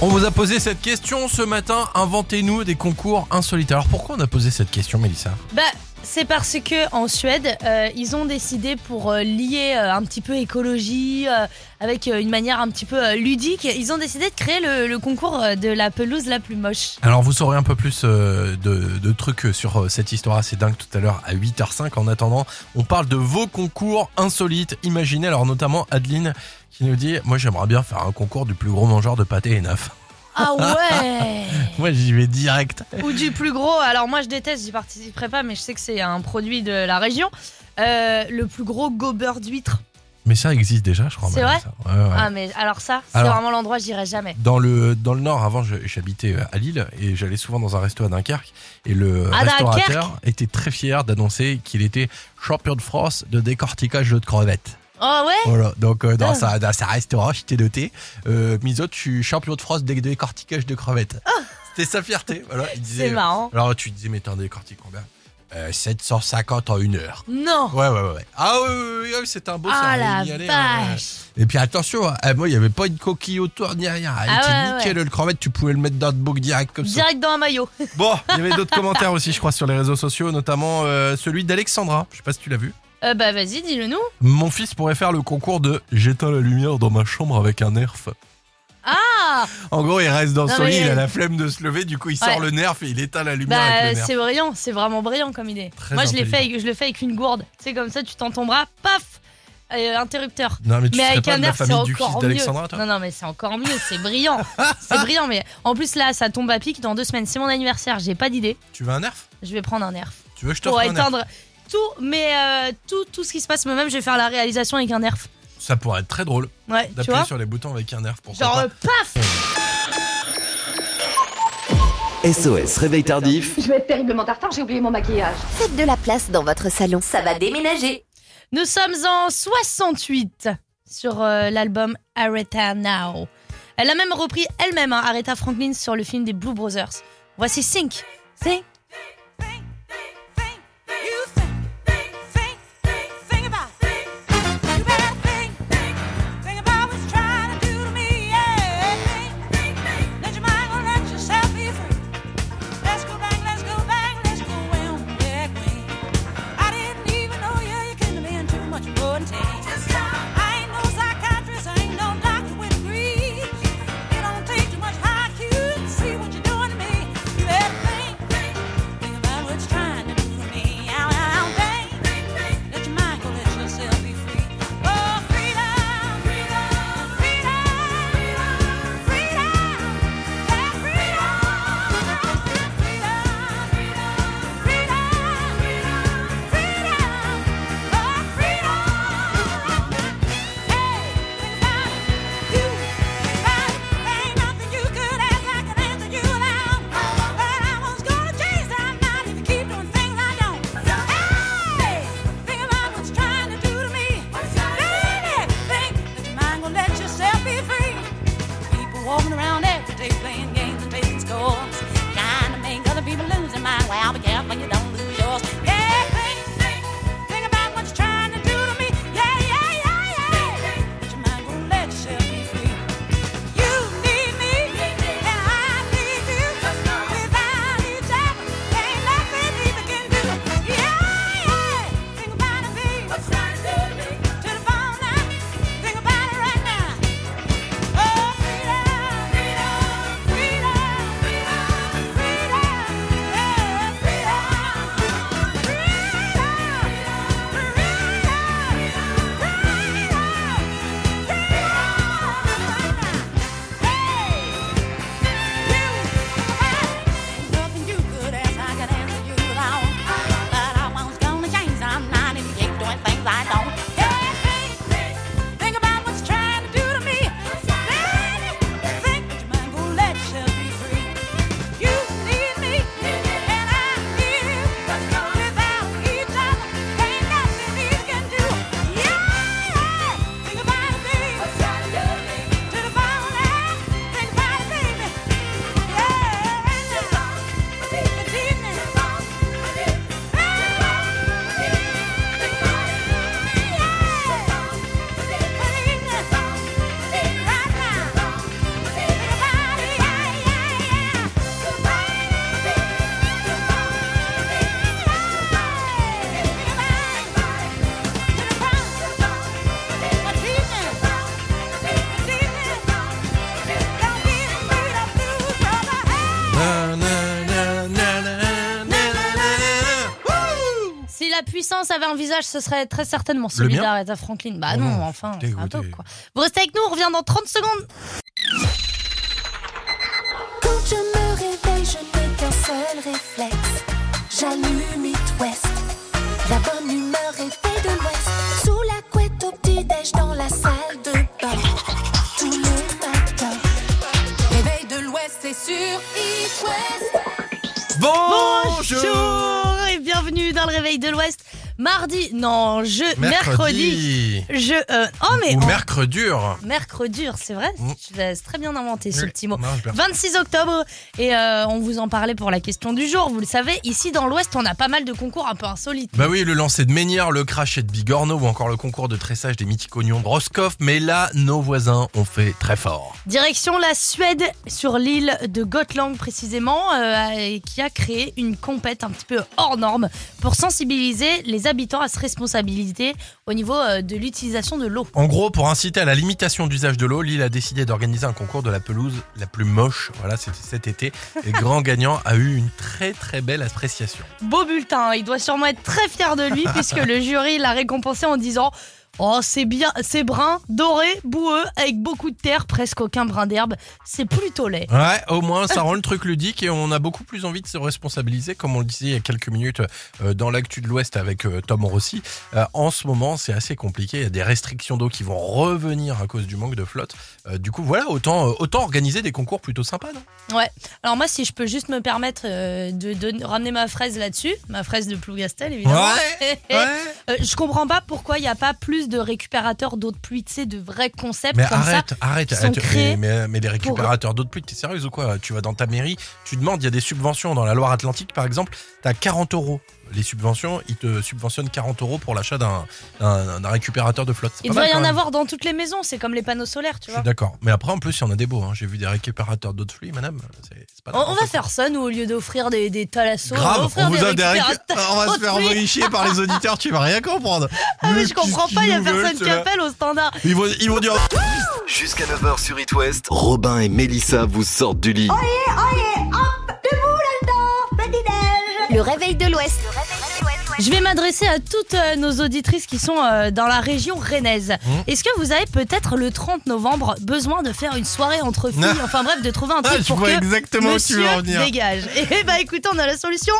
[SPEAKER 3] On vous a posé cette question ce matin. Inventez-nous des concours insolites. Alors pourquoi on a posé cette question, Mélissa
[SPEAKER 2] Bah, c'est parce que en Suède, euh, ils ont décidé pour euh, lier euh, un petit peu écologie euh, avec euh, une manière un petit peu euh, ludique, ils ont décidé de créer le, le concours euh, de la pelouse la plus moche.
[SPEAKER 3] Alors vous saurez un peu plus euh, de, de trucs sur euh, cette histoire assez dingue tout à l'heure à 8h05. En attendant, on parle de vos concours insolites. Imaginez alors notamment Adeline qui nous dit Moi j'aimerais bien faire un concours du plus gros mangeur de pâté et neuf.
[SPEAKER 2] Ah ouais
[SPEAKER 3] Moi j'y vais direct.
[SPEAKER 2] Ou du plus gros. Alors moi je déteste, j'y participerai pas, mais je sais que c'est un produit de la région. Euh, le plus gros gobeur d'huîtres.
[SPEAKER 3] Mais ça existe déjà, je crois.
[SPEAKER 2] C'est
[SPEAKER 3] madame,
[SPEAKER 2] vrai
[SPEAKER 3] ça. Ouais, ouais.
[SPEAKER 2] Ah mais alors ça, c'est
[SPEAKER 3] Alors-
[SPEAKER 2] vraiment l'endroit j'irai jamais.
[SPEAKER 3] Dans le, dans le Nord, avant, je- j'habitais euh, à Lille et j'allais souvent dans un resto à Dunkerque. Et le
[SPEAKER 2] À
[SPEAKER 3] restaurateur
[SPEAKER 2] Dunkerque
[SPEAKER 3] était très fier d'annoncer qu'il était champion de France de décortiquage de crevettes.
[SPEAKER 2] Oh ouais
[SPEAKER 3] Voilà, donc euh, dans,
[SPEAKER 2] Ah.
[SPEAKER 3] sa, dans sa restaurant, j'étais noté. Euh, Miso, je suis champion de France de décortiquage de crevettes. C'était sa fierté. Voilà, il disait,
[SPEAKER 2] Ah.
[SPEAKER 3] euh,
[SPEAKER 2] C'est marrant.
[SPEAKER 3] Alors tu disais, mais t'en décortiques combien Euh, 750 en une heure.
[SPEAKER 2] Non
[SPEAKER 3] Ouais, ouais, ouais. Ah oui, oui, oui, oui, c'était un beau
[SPEAKER 2] Ah
[SPEAKER 3] sérieux,
[SPEAKER 2] la
[SPEAKER 3] y aller,
[SPEAKER 2] vache.
[SPEAKER 3] ouais. Et puis attention, hein, eh, moi, il n'y avait pas une coquille autour ni rien. Elle
[SPEAKER 2] Ah
[SPEAKER 3] était
[SPEAKER 2] ouais,
[SPEAKER 3] nickel,
[SPEAKER 2] ouais.
[SPEAKER 3] le crevette, tu pouvais le mettre dans le book direct comme ça.
[SPEAKER 2] Direct dans un maillot.
[SPEAKER 3] Bon, il y avait d'autres commentaires aussi, je crois, sur les réseaux sociaux, notamment euh, celui d'Alexandra. Je sais pas si tu l'as vu.
[SPEAKER 2] Euh, bah vas-y, dis-le nous.
[SPEAKER 3] Mon fils pourrait faire le concours de J'éteins la lumière dans ma chambre avec un nerf.
[SPEAKER 2] Ah
[SPEAKER 3] En gros, il reste dans
[SPEAKER 2] Non,
[SPEAKER 3] son
[SPEAKER 2] mais- euh,
[SPEAKER 3] lit, il a la flemme de se lever, du coup, il sort
[SPEAKER 2] Ouais.
[SPEAKER 3] le nerf et il éteint la lumière
[SPEAKER 2] Bah
[SPEAKER 3] avec le
[SPEAKER 2] c'est
[SPEAKER 3] nerf.
[SPEAKER 2] brillant, c'est vraiment brillant comme idée.
[SPEAKER 3] Très
[SPEAKER 2] Moi je l'ai fait,
[SPEAKER 3] intelligent.
[SPEAKER 2] avec- je le fais avec une gourde. Tu sais comme ça, tu t'en tomberas, paf, euh, interrupteur.
[SPEAKER 3] Non, mais tu serais
[SPEAKER 2] avec
[SPEAKER 3] pas
[SPEAKER 2] un
[SPEAKER 3] de la
[SPEAKER 2] nerf, c'est
[SPEAKER 3] famille du fils
[SPEAKER 2] encore mieux.
[SPEAKER 3] d'Alexandra, toi
[SPEAKER 2] Non, non, mais c'est encore mieux, c'est brillant. c'est brillant, mais en plus là, ça tombe à pic dans deux semaines. C'est mon anniversaire, j'ai pas d'idée.
[SPEAKER 3] Tu veux un nerf
[SPEAKER 2] Je vais prendre un nerf.
[SPEAKER 3] Tu veux que je t'offre
[SPEAKER 2] Pour
[SPEAKER 3] un nerf
[SPEAKER 2] éteindre tout, mais euh, tout, tout ce qui se passe, moi-même, je vais faire la réalisation avec un nerf.
[SPEAKER 3] Ça pourrait être très drôle
[SPEAKER 2] Ouais, tu
[SPEAKER 3] d'appuyer
[SPEAKER 2] vois
[SPEAKER 3] sur les boutons avec un nerf. Pourquoi
[SPEAKER 2] Genre,
[SPEAKER 3] pas
[SPEAKER 2] euh, paf
[SPEAKER 5] SOS, réveil tardif.
[SPEAKER 11] Je vais être terriblement tartare, j'ai oublié mon maquillage. Faites de la place dans votre salon, ça va déménager.
[SPEAKER 2] Nous sommes en 68 sur euh, l'album Aretha Now. Elle a même repris elle-même hein, Aretha Franklin sur le film des Blue Brothers. Voici Sync. Sync.
[SPEAKER 12] See what you're doing to me. You better think, think, Oh,
[SPEAKER 2] euh, puissance avait un visage, ce serait très certainement celui
[SPEAKER 3] mien Oh
[SPEAKER 2] d'Aretha Franklin. Bah non,
[SPEAKER 3] non,
[SPEAKER 2] enfin,
[SPEAKER 3] je suis
[SPEAKER 2] c'est un peu
[SPEAKER 3] dégoûté.
[SPEAKER 2] quoi. Vous restez avec nous, on revient dans 30 secondes.
[SPEAKER 1] Quand je me réveille, je n'ai qu'un seul réflexe. J'allume It West. La bonne humeur est faite de l'Ouest. Sous la couette au petit-déj dans la salle de bain. Tout le matin. Réveil de l'Ouest, c'est sûr. It West.
[SPEAKER 2] Bonjour et bienvenue dans le réveil de l'Ouest. Mardi, non, je mercredi.
[SPEAKER 3] Mercredi.
[SPEAKER 2] Je euh, oh mais
[SPEAKER 3] Ou
[SPEAKER 2] on-
[SPEAKER 3] mercredi dur.
[SPEAKER 2] mercredi, hein, c'est vrai. Tu l'as très bien inventé ce
[SPEAKER 3] Oui.
[SPEAKER 2] petit mot.
[SPEAKER 3] Non, je l'ai-
[SPEAKER 2] 26 octobre et euh, on vous en parlait pour la question du jour. Vous le savez, ici dans l'Ouest, on a pas mal de concours un peu insolites.
[SPEAKER 3] Bah oui, le lancer de Ménière, le crachet de Bigorneau ou encore le concours de tressage des mythiques oignons de Roscoff. Mais là, nos voisins ont fait très fort.
[SPEAKER 2] Direction la Suède, sur l'île de Gotland précisément, euh, et qui a créé une compète un petit peu hors norme pour sensibiliser les habitants à se responsabiliser au niveau euh, de l'utilisation de l'eau.
[SPEAKER 3] En gros, pour inciter à la limitation d'usage de l'eau, Lille a décidé d'organiser un concours de la pelouse la plus moche. Voilà, c'était cet été. Et Grand Gagnant a eu une très très belle appréciation.
[SPEAKER 2] Beau bulletin, hein. il doit sûrement être très fier de lui puisque le jury l'a récompensé en disant Oh, c'est bien, c'est brun, doré, boueux, avec beaucoup de terre, presque aucun brin d'herbe, c'est plutôt laid.
[SPEAKER 3] Ouais, au moins ça rend le truc ludique et on a beaucoup plus envie de se responsabiliser, comme on le disait il y a quelques minutes euh, dans l'actu de l'Ouest avec euh, Tom Rossi. Euh, en ce moment, c'est assez compliqué. Il y a des restrictions d'eau qui vont revenir à cause du manque de flotte. Euh, du coup, voilà, autant euh, autant organiser des concours plutôt sympas, non
[SPEAKER 2] Ouais. Alors moi, si je peux juste me permettre euh, de, de ramener ma fraise là-dessus, ma fraise de Plougastel, évidemment.
[SPEAKER 12] Ouais,
[SPEAKER 2] Euh, je comprends pas pourquoi il n'y a pas plus de récupérateurs d'eau de pluie, tu sais, de vrais concepts
[SPEAKER 3] Mais
[SPEAKER 2] comme
[SPEAKER 3] arrête,
[SPEAKER 2] ça.
[SPEAKER 3] arrête,
[SPEAKER 2] qui sont
[SPEAKER 3] arrête. Mais-
[SPEAKER 2] créés
[SPEAKER 3] Mais, mais les
[SPEAKER 2] pour-
[SPEAKER 3] récupérateurs d'eau de pluie, t'es sérieuse ou quoi Tu vas dans ta mairie, tu demandes, il y a des subventions dans la Loire-Atlantique par exemple, t'as 40 euros. Les subventions, ils te subventionnent 40 euros pour l'achat d'un d'un- d'un récupérateur de flotte. C'est
[SPEAKER 2] Il
[SPEAKER 3] pas mal,
[SPEAKER 2] devrait y
[SPEAKER 3] quand
[SPEAKER 2] en
[SPEAKER 3] même.
[SPEAKER 2] avoir dans toutes les maisons, c'est comme les panneaux solaires, tu
[SPEAKER 3] Je suis
[SPEAKER 2] vois.
[SPEAKER 3] d'accord. Mais après, en plus, il y en a des beaux. hein. J'ai vu des récupérateurs d'eau de pluie, madame. C'est c'est pas
[SPEAKER 2] On, on va faire ça, nous, au lieu d'offrir des, des thalassos, on va
[SPEAKER 3] grave.
[SPEAKER 2] offrir
[SPEAKER 3] on, vous a des récu-
[SPEAKER 2] récupérateurs
[SPEAKER 3] on va
[SPEAKER 2] d'eau
[SPEAKER 3] se
[SPEAKER 2] de
[SPEAKER 3] faire
[SPEAKER 2] pluie.
[SPEAKER 3] enrichir par les auditeurs. Tu vas rien comprendre.
[SPEAKER 2] Ah, mais je comprends pas, il y a
[SPEAKER 3] Qu'est-ce qu'ils nous
[SPEAKER 2] personne
[SPEAKER 3] veulent,
[SPEAKER 2] qui
[SPEAKER 3] ceux-là
[SPEAKER 2] appelle au standard.
[SPEAKER 3] Ils vont, ils vont dire.
[SPEAKER 5] Jusqu'à 9h sur It West, Robin et Mélissa vous sortent du lit.
[SPEAKER 11] Oyez, oyez, hop, debout là-dedans, petit-déj Le réveil de l'Ouest.
[SPEAKER 2] Je vais m'adresser à toutes euh, nos auditrices qui sont euh, dans la région rennaise.
[SPEAKER 3] Mmh.
[SPEAKER 2] Est-ce que vous avez peut-être le 30 novembre besoin de faire une soirée entre filles
[SPEAKER 3] Ah.
[SPEAKER 2] Enfin bref, de trouver un
[SPEAKER 3] Ah,
[SPEAKER 2] truc
[SPEAKER 3] je
[SPEAKER 2] pour
[SPEAKER 3] vois
[SPEAKER 2] que
[SPEAKER 3] exactement où tu
[SPEAKER 2] monsieur
[SPEAKER 3] veux en venir.
[SPEAKER 2] dégage. Et bah écoutez, on a la solution.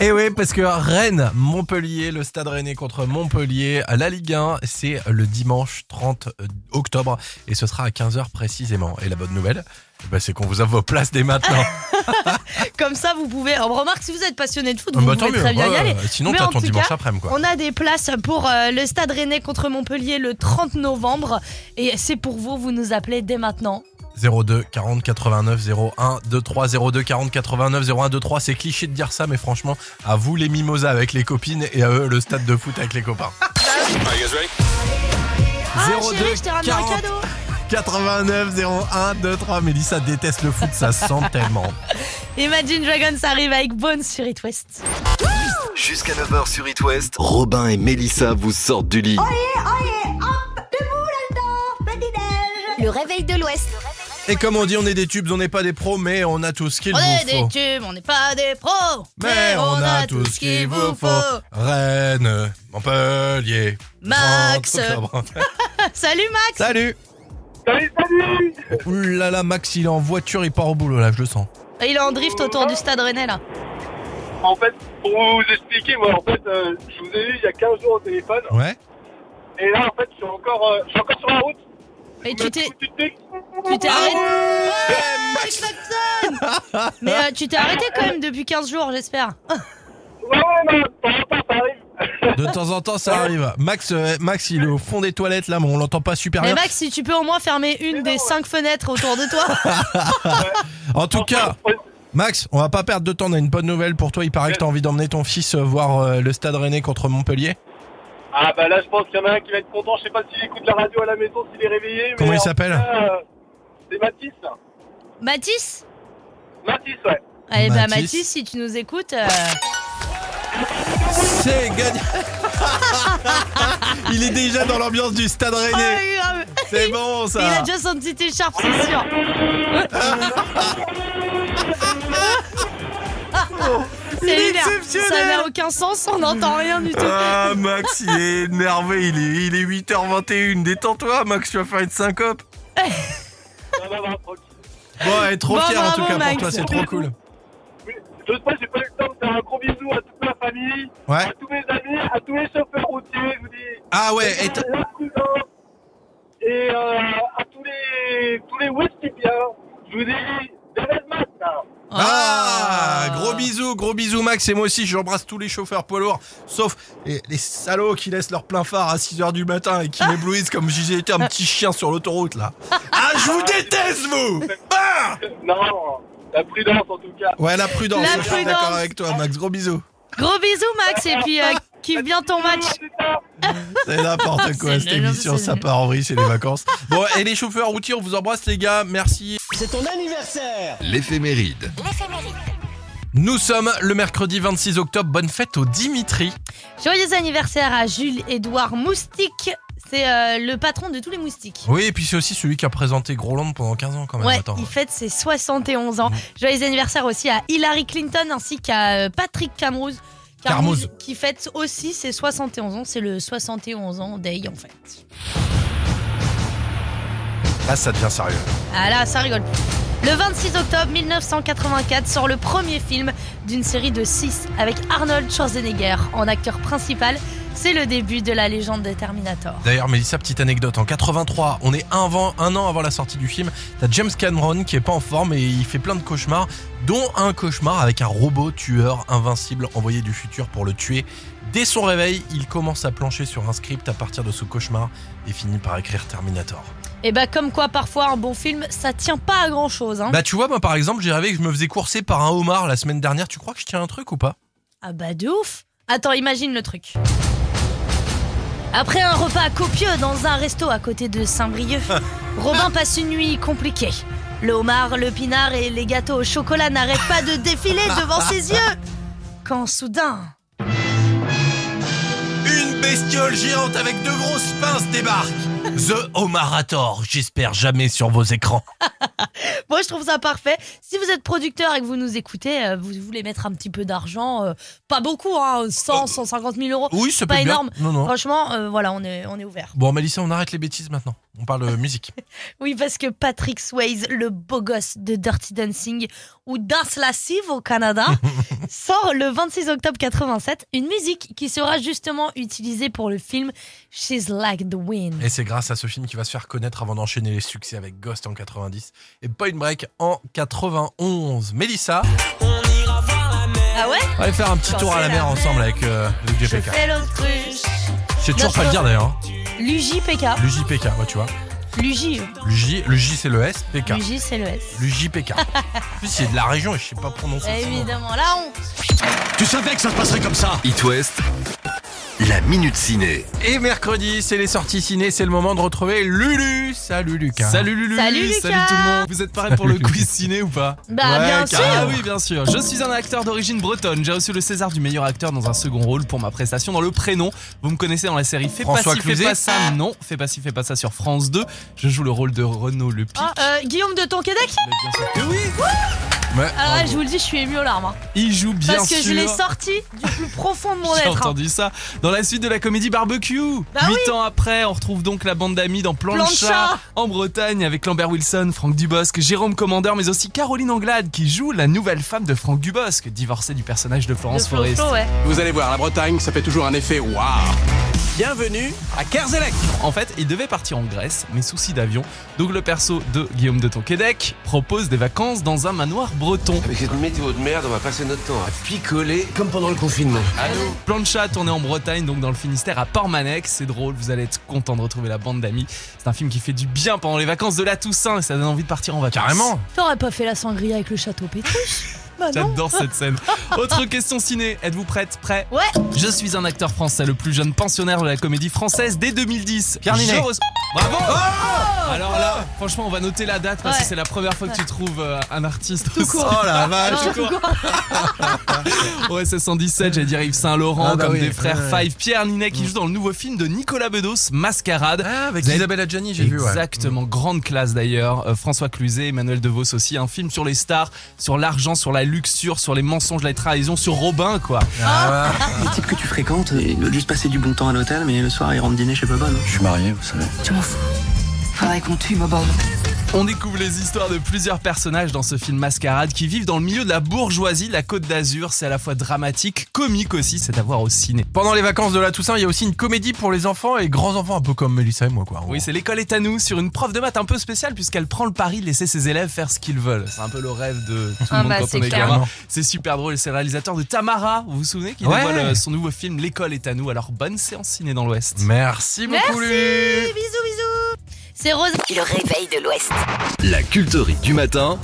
[SPEAKER 3] Et Eh oui, parce que Rennes, Montpellier, le stade rennais contre Montpellier, la Ligue 1, c'est le dimanche 30 octobre et ce sera à 15h précisément. Et la bonne nouvelle, eh ben, c'est qu'on vous a vos places dès maintenant.
[SPEAKER 2] Ah, Comme ça, vous pouvez. On remarque, si vous êtes passionné de foot,
[SPEAKER 3] Ah
[SPEAKER 2] vous
[SPEAKER 3] bah, tant
[SPEAKER 2] pouvez
[SPEAKER 3] mieux,
[SPEAKER 2] très bien y
[SPEAKER 3] ouais,
[SPEAKER 2] aller.
[SPEAKER 3] ouais. Sinon,
[SPEAKER 2] Mais
[SPEAKER 3] t'as
[SPEAKER 2] en
[SPEAKER 3] ton
[SPEAKER 2] tout
[SPEAKER 3] dimanche
[SPEAKER 2] cas,
[SPEAKER 3] après-midi, quoi.
[SPEAKER 2] On a des places pour euh, le Stade Rennais contre Montpellier le 30 novembre. Et c'est pour vous, vous nous appelez dès maintenant.
[SPEAKER 3] 02 40 89 01 23 02 40 89 01 23 c'est cliché de dire ça mais franchement à vous les mimosas avec les copines et à eux le stade de foot avec les copains
[SPEAKER 2] Ah,
[SPEAKER 3] 02
[SPEAKER 2] chérie, je t'ai ramené un
[SPEAKER 3] 40.
[SPEAKER 2] cadeau.
[SPEAKER 3] 89 01 23 Mélissa déteste le foot ça sent tellement
[SPEAKER 2] Imagine Dragons arrive avec Bones sur It West.
[SPEAKER 5] Jusqu'à 9h sur It West, Robin et Mélissa vous sortent du lit.
[SPEAKER 11] Le réveil de l'Ouest.
[SPEAKER 3] et comme on dit on est des tubes on n'est pas des pros mais on a tout ce qu'il
[SPEAKER 2] On est
[SPEAKER 3] vous faut
[SPEAKER 2] des tubes, on n'est pas des pros.
[SPEAKER 3] mais on a tout ce qu'il vous faut Rennes Montpellier 30
[SPEAKER 2] Max.
[SPEAKER 3] octobre.
[SPEAKER 2] Salut Max.
[SPEAKER 3] salut salut salut Ouh là là Max il est en voiture il part au boulot là je le sens
[SPEAKER 2] Il est en drift autour du stade rennais là.
[SPEAKER 14] En fait, pour vous expliquer, moi, en fait, euh, je vous ai eu il y a 15 jours au téléphone.
[SPEAKER 3] Ouais.
[SPEAKER 14] Et là, en fait, je suis encore, euh, je suis encore sur la route.
[SPEAKER 2] Et tu t'es.
[SPEAKER 14] Tu
[SPEAKER 2] t'es arrêté. Ouais, Max Maxon Mais euh, tu t'es arrêté quand même depuis 15 jours, j'espère.
[SPEAKER 3] De temps en temps, ça arrive. Max, euh, Max, il est au fond des toilettes là, mais on l'entend pas super
[SPEAKER 2] Mais
[SPEAKER 3] bien.
[SPEAKER 2] Max, si tu peux au moins fermer une des 5 fenêtres autour de toi.
[SPEAKER 3] En tout cas, Max, on va pas perdre de temps. On a une bonne nouvelle pour toi. Il paraît que t'as envie d'emmener ton fils euh, voir euh, le Stade Rennais contre Montpellier.
[SPEAKER 14] Ah bah là, je pense qu'il y en a un qui va être content. Je sais pas s'il écoute la radio à la maison, s'il est réveillé. mais
[SPEAKER 3] Comment il
[SPEAKER 14] en tout
[SPEAKER 3] s'appelle
[SPEAKER 14] cas, euh, C'est Mathis.
[SPEAKER 2] Mathis
[SPEAKER 14] Mathis, ouais.
[SPEAKER 2] Eh bah
[SPEAKER 3] Mathis.
[SPEAKER 2] Mathis, si tu nous écoutes. euh,
[SPEAKER 3] C'est gagné. Il est déjà dans l'ambiance du Stade Rennais.
[SPEAKER 14] Ah
[SPEAKER 2] ouais, grave.
[SPEAKER 3] C'est bon ça.
[SPEAKER 2] Il a déjà son petit écharpe, c'est sûr.
[SPEAKER 3] Il
[SPEAKER 2] cellulaire.
[SPEAKER 3] Exceptionnel.
[SPEAKER 2] Ça n'a aucun sens, on n'entend rien du tout.
[SPEAKER 3] Ah, Max, il est énervé. Il est, il est 8h21. Détends-toi, Max. Tu vas faire une syncope. Bon, elle est trop
[SPEAKER 14] Bon,
[SPEAKER 3] fière en tout
[SPEAKER 14] bravo,
[SPEAKER 3] cas
[SPEAKER 14] Max.
[SPEAKER 3] pour toi. C'est trop cool.
[SPEAKER 14] Je sais pas, j'ai pas eu le temps de faire un gros bisou à toute ma famille,
[SPEAKER 3] Ouais.
[SPEAKER 14] à tous mes amis, à tous les chauffeurs routiers, je vous dis.
[SPEAKER 3] Ah ouais, et t'as-
[SPEAKER 14] la prudence. Et euh, à tous les, tous les Westipiens, je vous dis, Bernard Matin.
[SPEAKER 3] Ah, gros bisous, gros bisous Max et moi aussi j'embrasse tous les chauffeurs poids lourds, sauf les, les salauds qui laissent leur plein phare à 6h du matin et qui m'éblouissent comme si j'étais un petit chien sur l'autoroute là. Ah, je vous déteste vous Ah
[SPEAKER 14] Non, la prudence en tout cas.
[SPEAKER 3] Ouais, la prudence,
[SPEAKER 2] La
[SPEAKER 3] je suis
[SPEAKER 2] prudence.
[SPEAKER 3] d'accord avec toi Max, gros bisous.
[SPEAKER 2] Gros bisous, Max, et puis euh, kiffe bien ton match.
[SPEAKER 3] C'est n'importe quoi
[SPEAKER 2] C'est
[SPEAKER 3] cette
[SPEAKER 2] nul,
[SPEAKER 3] émission,
[SPEAKER 2] c'est
[SPEAKER 3] ça
[SPEAKER 2] nul.
[SPEAKER 3] part en vrille, c'est les vacances. Bon, et les chauffeurs routiers, on vous embrasse les gars, merci.
[SPEAKER 15] C'est ton anniversaire
[SPEAKER 3] L'éphéméride. Nous sommes le mercredi 26 octobre, bonne fête au Dimitri.
[SPEAKER 2] Joyeux anniversaire à Jules-Édouard Moustique. C'est euh, le patron de tous les moustiques.
[SPEAKER 3] Oui, et puis c'est aussi celui qui a présenté Groland pendant 15 ans quand même.
[SPEAKER 2] Ouais,
[SPEAKER 3] Attends. Mmh.
[SPEAKER 2] il fête ses 71 ans. Joyeux anniversaire aussi à Hillary Clinton ainsi qu'à euh, Patrick Camrouz.
[SPEAKER 3] Carmouze.
[SPEAKER 2] Qui fête aussi ses 71 ans. C'est le 71 ans Day en fait.
[SPEAKER 3] Là, ça devient sérieux.
[SPEAKER 2] Ah là, ça rigole. Le 26 octobre 1984 sort le premier film d'une série de 6 avec Arnold Schwarzenegger en acteur principal. C'est le début de la légende de Terminator.
[SPEAKER 3] D'ailleurs, Mélissa, petite anecdote. En 83, on est un, van- un an avant la sortie du film. T'as James Cameron qui est pas en forme et il fait plein de cauchemars, dont un cauchemar avec un robot tueur invincible envoyé du futur pour le tuer. Dès son réveil, il commence à plancher sur un script à partir de ce cauchemar et finit par écrire Terminator.
[SPEAKER 2] Et bah comme quoi parfois un bon film ça tient pas à grand chose. Hein.
[SPEAKER 3] Bah, tu vois, moi par exemple, j'ai rêvé que je me faisais courser par un homard la semaine dernière. Tu crois que je tiens un truc ou pas
[SPEAKER 2] Ah bah de ouf Attends, imagine le truc. Après un repas copieux dans un resto à côté de Saint-Brieuc, Robin passe une nuit compliquée. Le homard, le pinard et les gâteaux au chocolat n'arrêtent pas de défiler devant ses yeux. Quand soudain...
[SPEAKER 3] Une bestiole géante avec deux grosses pinces débarque. The Homarator, j'espère jamais sur vos écrans.
[SPEAKER 2] Moi, je trouve ça parfait. Si vous êtes producteur et que vous nous écoutez, euh, vous voulez mettre un petit peu d'argent, euh, pas beaucoup, hein, 100, 150 000 euros.
[SPEAKER 3] Oui, ça
[SPEAKER 2] pas
[SPEAKER 3] peut être bien.
[SPEAKER 2] énorme.
[SPEAKER 3] Non, non.
[SPEAKER 2] Franchement, euh, voilà, on est, on est ouvert.
[SPEAKER 3] Bon, Mélissa, on arrête les bêtises maintenant. On parle euh, musique.
[SPEAKER 2] Oui, parce que Patrick Swayze, le beau gosse de Dirty Dancing ou Danse Lascive au Canada, sort le 26 octobre 87 une musique qui sera justement utilisée pour le film She's Like the Wind.
[SPEAKER 3] Et c'est grâce à ce film qui va se faire connaître avant d'enchaîner les succès avec Ghost en 90 et Point Break en 91. Mélissa,
[SPEAKER 2] Ah ouais
[SPEAKER 3] on va aller faire un petit tour à la mer ensemble avec euh, Luc
[SPEAKER 2] Je
[SPEAKER 3] JPK.
[SPEAKER 2] fais l'autruche.
[SPEAKER 3] Je sais toujours pas le dire d'ailleurs. hein.
[SPEAKER 2] L'UJPK.
[SPEAKER 3] Le JPK, ouais, tu vois.
[SPEAKER 2] L'UJ.
[SPEAKER 3] Le J, le J c'est le S, PK.
[SPEAKER 2] L'UJ, hein. c'est le S.
[SPEAKER 3] Le JPK. En plus, c'est de la région et je sais pas prononcer.
[SPEAKER 2] Eh
[SPEAKER 3] ce nom.
[SPEAKER 2] Évidemment, là on.
[SPEAKER 3] Tu savais que ça se passerait comme ça
[SPEAKER 5] It West, la minute ciné.
[SPEAKER 3] Et mercredi, c'est les sorties ciné, c'est le moment de retrouver Lulu. Salut Lucas.
[SPEAKER 7] Salut Lulu,
[SPEAKER 2] Salut, Lucas.
[SPEAKER 7] tout le monde. Vous êtes parés pour le quiz ciné ou pas
[SPEAKER 2] Bah, bien sûr.
[SPEAKER 7] Ah oui, bien sûr. Je suis un acteur d'origine bretonne. J'ai reçu le César du meilleur acteur dans un second rôle pour ma prestation dans le prénom. Vous me connaissez dans la série Fais
[SPEAKER 3] François
[SPEAKER 7] pas si,
[SPEAKER 3] Cluzet.
[SPEAKER 7] fais pas ça. Non, fais pas si, fais pas ça sur France 2. Je joue le rôle de Renaud Le Pic.
[SPEAKER 2] Ah, euh, Guillaume de Tonquédec
[SPEAKER 7] Ouais.
[SPEAKER 2] Alors là, je vous le dis, je suis ému aux larmes. hein.
[SPEAKER 7] Il joue bien
[SPEAKER 2] Parce que
[SPEAKER 7] sûr.
[SPEAKER 2] je l'ai sorti du plus profond de mon
[SPEAKER 7] J'ai
[SPEAKER 2] être. hein.
[SPEAKER 7] entendu ça dans la suite de la comédie Barbecue.
[SPEAKER 2] Bah
[SPEAKER 7] Huit
[SPEAKER 2] oui.
[SPEAKER 7] ans après, on retrouve donc la bande d'amis dans Plan,
[SPEAKER 2] Plan
[SPEAKER 7] le
[SPEAKER 2] de
[SPEAKER 7] chat,
[SPEAKER 2] chat.
[SPEAKER 7] en Bretagne avec Lambert Wilson, Franck Dubosc, Jérôme Commandeur, mais aussi Caroline Anglade qui joue la nouvelle femme de Franck Dubosc, divorcée du personnage de Florence Forest.
[SPEAKER 8] Vous allez voir, la Bretagne, ça fait toujours un effet waouh. Bienvenue à Kerzelec.
[SPEAKER 7] En fait, il devait partir en Grèce, mais souci d'avion. Donc le perso de Guillaume de Tonquédec propose des vacances dans un manoir breton.
[SPEAKER 9] Avec cette météo de merde, on va passer notre temps à picoler comme pendant le confinement.
[SPEAKER 7] Allô Plancha tourné en Bretagne, donc dans le Finistère à Port-Manec. C'est drôle, vous allez être content de retrouver la bande d'amis. C'est un film qui fait du bien pendant les vacances de la Toussaint et ça donne envie de partir en vacances.
[SPEAKER 3] Carrément
[SPEAKER 2] T'aurais pas fait la sangria avec le château Pétriche Bah non.
[SPEAKER 7] J'adore cette scène. Autre question ciné, êtes-vous prête Prêt
[SPEAKER 2] Ouais
[SPEAKER 7] Je suis un acteur français, le plus jeune pensionnaire de la comédie française dès 2010.
[SPEAKER 3] Pierre Ninet. Oh
[SPEAKER 7] Je reço- Bravo Alors là, franchement, on va noter la date parce
[SPEAKER 2] Ouais.
[SPEAKER 7] que c'est la première fois que tu trouves euh, un artiste.
[SPEAKER 3] Tout court. Oh la vache.
[SPEAKER 2] Ah.
[SPEAKER 7] Tout court. Oh, Ouais, c'est 117, j'allais dire Yves Saint-Laurent,
[SPEAKER 3] Ah bah
[SPEAKER 7] comme
[SPEAKER 3] oui,
[SPEAKER 7] des frères
[SPEAKER 3] ouais, ouais.
[SPEAKER 7] Five, Pierre Ninet qui joue dans le nouveau film de Nicolas Bedos, Mascarade.
[SPEAKER 3] Ah, avec
[SPEAKER 7] Vous avez-
[SPEAKER 3] Isabelle Adjani, j'ai vu, ouais. Mm.
[SPEAKER 7] Exactement, grande classe d'ailleurs. Euh, François Cluzet, Emmanuel DeVos aussi, un film sur les stars, sur l'argent, sur la luxure, sur les mensonges, la trahison, sur Robin, quoi.
[SPEAKER 3] Ah.
[SPEAKER 10] Les types que tu fréquentes, ils veulent juste passer du bon temps à l'hôtel, mais le soir, ils rentrent dîner chez Bobonne. Je suis marié, vous savez.
[SPEAKER 11] Je m'en fous. Faudrait qu'on tue Bobonne.
[SPEAKER 7] On découvre les histoires de plusieurs personnages dans ce film Mascarade qui vivent dans le milieu de la bourgeoisie, de la Côte d'Azur. C'est à la fois dramatique, comique aussi, c'est à voir au ciné.
[SPEAKER 3] Pendant les vacances de la Toussaint, il y a aussi une comédie pour les enfants et grands-enfants, un peu comme Mélissa et moi, quoi.
[SPEAKER 7] Oui, c'est l'école est à nous sur une prof de maths un peu spéciale puisqu'elle prend le pari de laisser ses élèves faire ce qu'ils veulent. C'est un peu le rêve de tout le
[SPEAKER 2] Ah
[SPEAKER 7] monde
[SPEAKER 2] bah,
[SPEAKER 7] quand
[SPEAKER 2] c'est
[SPEAKER 7] on est
[SPEAKER 2] clair.
[SPEAKER 7] gamin. C'est super drôle. C'est le réalisateur de Tamara, vous vous souvenez, qui
[SPEAKER 3] Ouais.
[SPEAKER 7] dévoile euh, son nouveau film L'école est à nous. Alors bonne séance ciné dans l'Ouest.
[SPEAKER 3] Merci beaucoup, Lulu.
[SPEAKER 2] Bisous, bisous. C'est Rose.
[SPEAKER 11] Le réveil de l'Ouest.
[SPEAKER 5] La culterie du matin.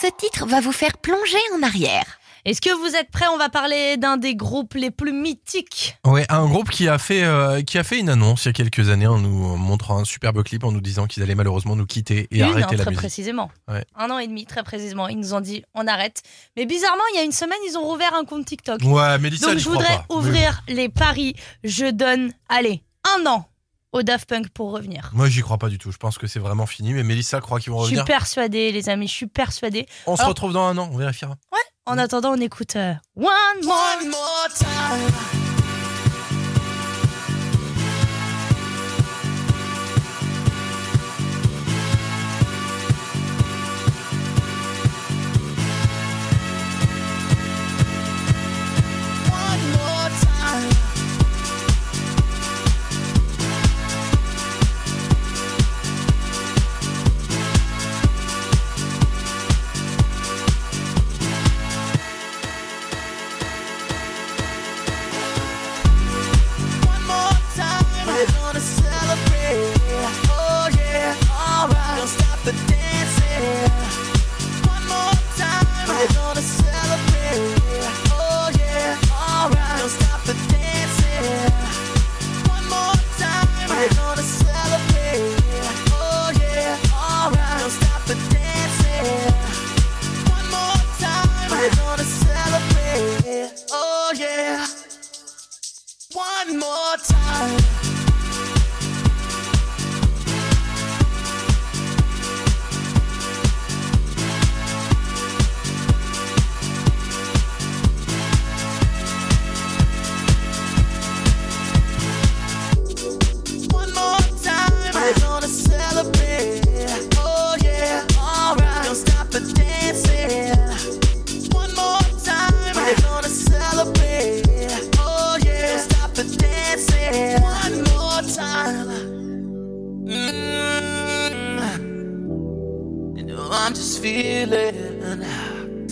[SPEAKER 11] Ce titre va vous faire plonger en arrière.
[SPEAKER 2] Est-ce que vous êtes prêts On va parler d'un des groupes les plus mythiques.
[SPEAKER 3] Ouais, un groupe qui a fait euh, qui a fait une annonce il y a quelques années en nous montrant un superbe clip en nous disant qu'ils allaient malheureusement nous quitter et
[SPEAKER 2] Une, hein,
[SPEAKER 3] arrêter la
[SPEAKER 2] très
[SPEAKER 3] musique.
[SPEAKER 2] précisément.
[SPEAKER 3] Ouais.
[SPEAKER 2] Un an et demi, très précisément. Ils nous ont dit on arrête. Mais bizarrement, il y a une semaine, ils ont rouvert un compte TikTok.
[SPEAKER 3] Ouais, Mélissa,
[SPEAKER 2] Donc
[SPEAKER 3] elle y
[SPEAKER 2] je
[SPEAKER 3] croit
[SPEAKER 2] voudrais
[SPEAKER 3] pas.
[SPEAKER 2] ouvrir les paris. Je donne, allez, un an au Daft Punk pour revenir.
[SPEAKER 3] Moi, j'y crois pas du tout. Je pense que c'est vraiment fini. Mais Mélissa croit qu'ils vont
[SPEAKER 2] Je suis
[SPEAKER 3] revenir.
[SPEAKER 2] persuadée, les amis, je suis persuadée.
[SPEAKER 3] On se
[SPEAKER 2] Alors,
[SPEAKER 3] retrouve dans un an, on vérifiera.
[SPEAKER 2] En attendant, on écoute euh, One More Time.
[SPEAKER 12] Oh, Oh, Oh,
[SPEAKER 13] Oh yeah! One more time. One more time. We're gonna celebrate. Oh yeah, alright. Don't stop the dancing. One more time. We're gonna celebrate. Oh yeah, don't stop the dancing. One more time. Mm. You know I'm just feeling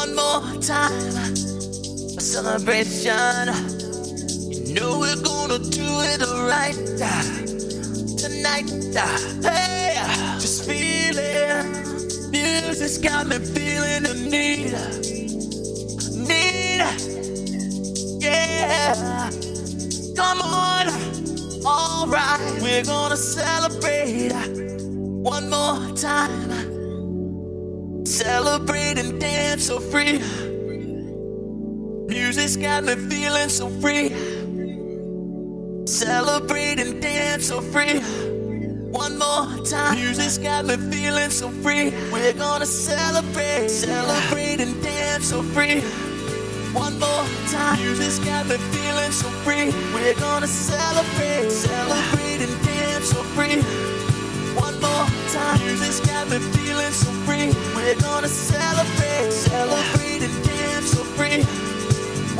[SPEAKER 13] One more time. A celebration. Know we're gonna do it right uh, tonight. uh, Hey, just feeling. Music's got me feeling the need, need. Yeah, come on. All right, we're gonna celebrate uh, one more time. Celebrate and dance so free. Music's got me feeling so free. Celebrate and dance so free. One more time. Music's got me feeling so free. We're gonna celebrate. Celebrate and dance so free. One more time. Music's got me feeling so free. We're gonna celebrate. Celebrate and dance so free. One more time. Music's got me feeling so free. We're gonna celebrate. Celebrate and dance so free.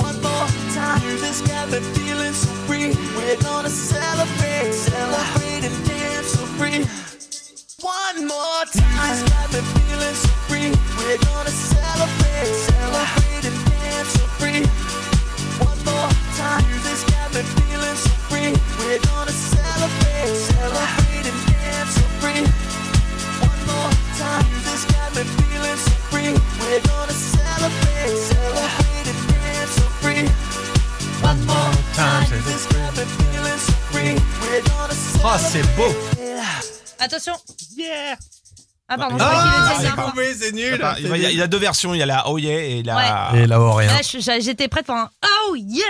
[SPEAKER 13] One more time. Music's got me feeling so free. We're gonna celebrate, celebrate and dance so free. One more time. Music's got me feeling so free. We're gonna celebrate, celebrate and dance so free. One more time. Music's got me feeling so free. We're gonna celebrate, celebrate and dance so free. One more time. Music's got me feeling so free. We're gonna celebrate.
[SPEAKER 2] Ah,
[SPEAKER 3] Ah, Ah, c'est beau.
[SPEAKER 2] Attention. Yeah. Ah, pardon, je croyais
[SPEAKER 16] Ah,
[SPEAKER 2] qu'il le
[SPEAKER 16] c'est
[SPEAKER 2] disait bien.
[SPEAKER 16] mauvais, c'est nul.
[SPEAKER 7] Attends, Ah, il, va- il y a- il y a deux versions, il y a la Oh yeah et la.
[SPEAKER 3] Et la Oh
[SPEAKER 2] Là, Ah, je- j'a- j'étais prête pour un Oh yeah!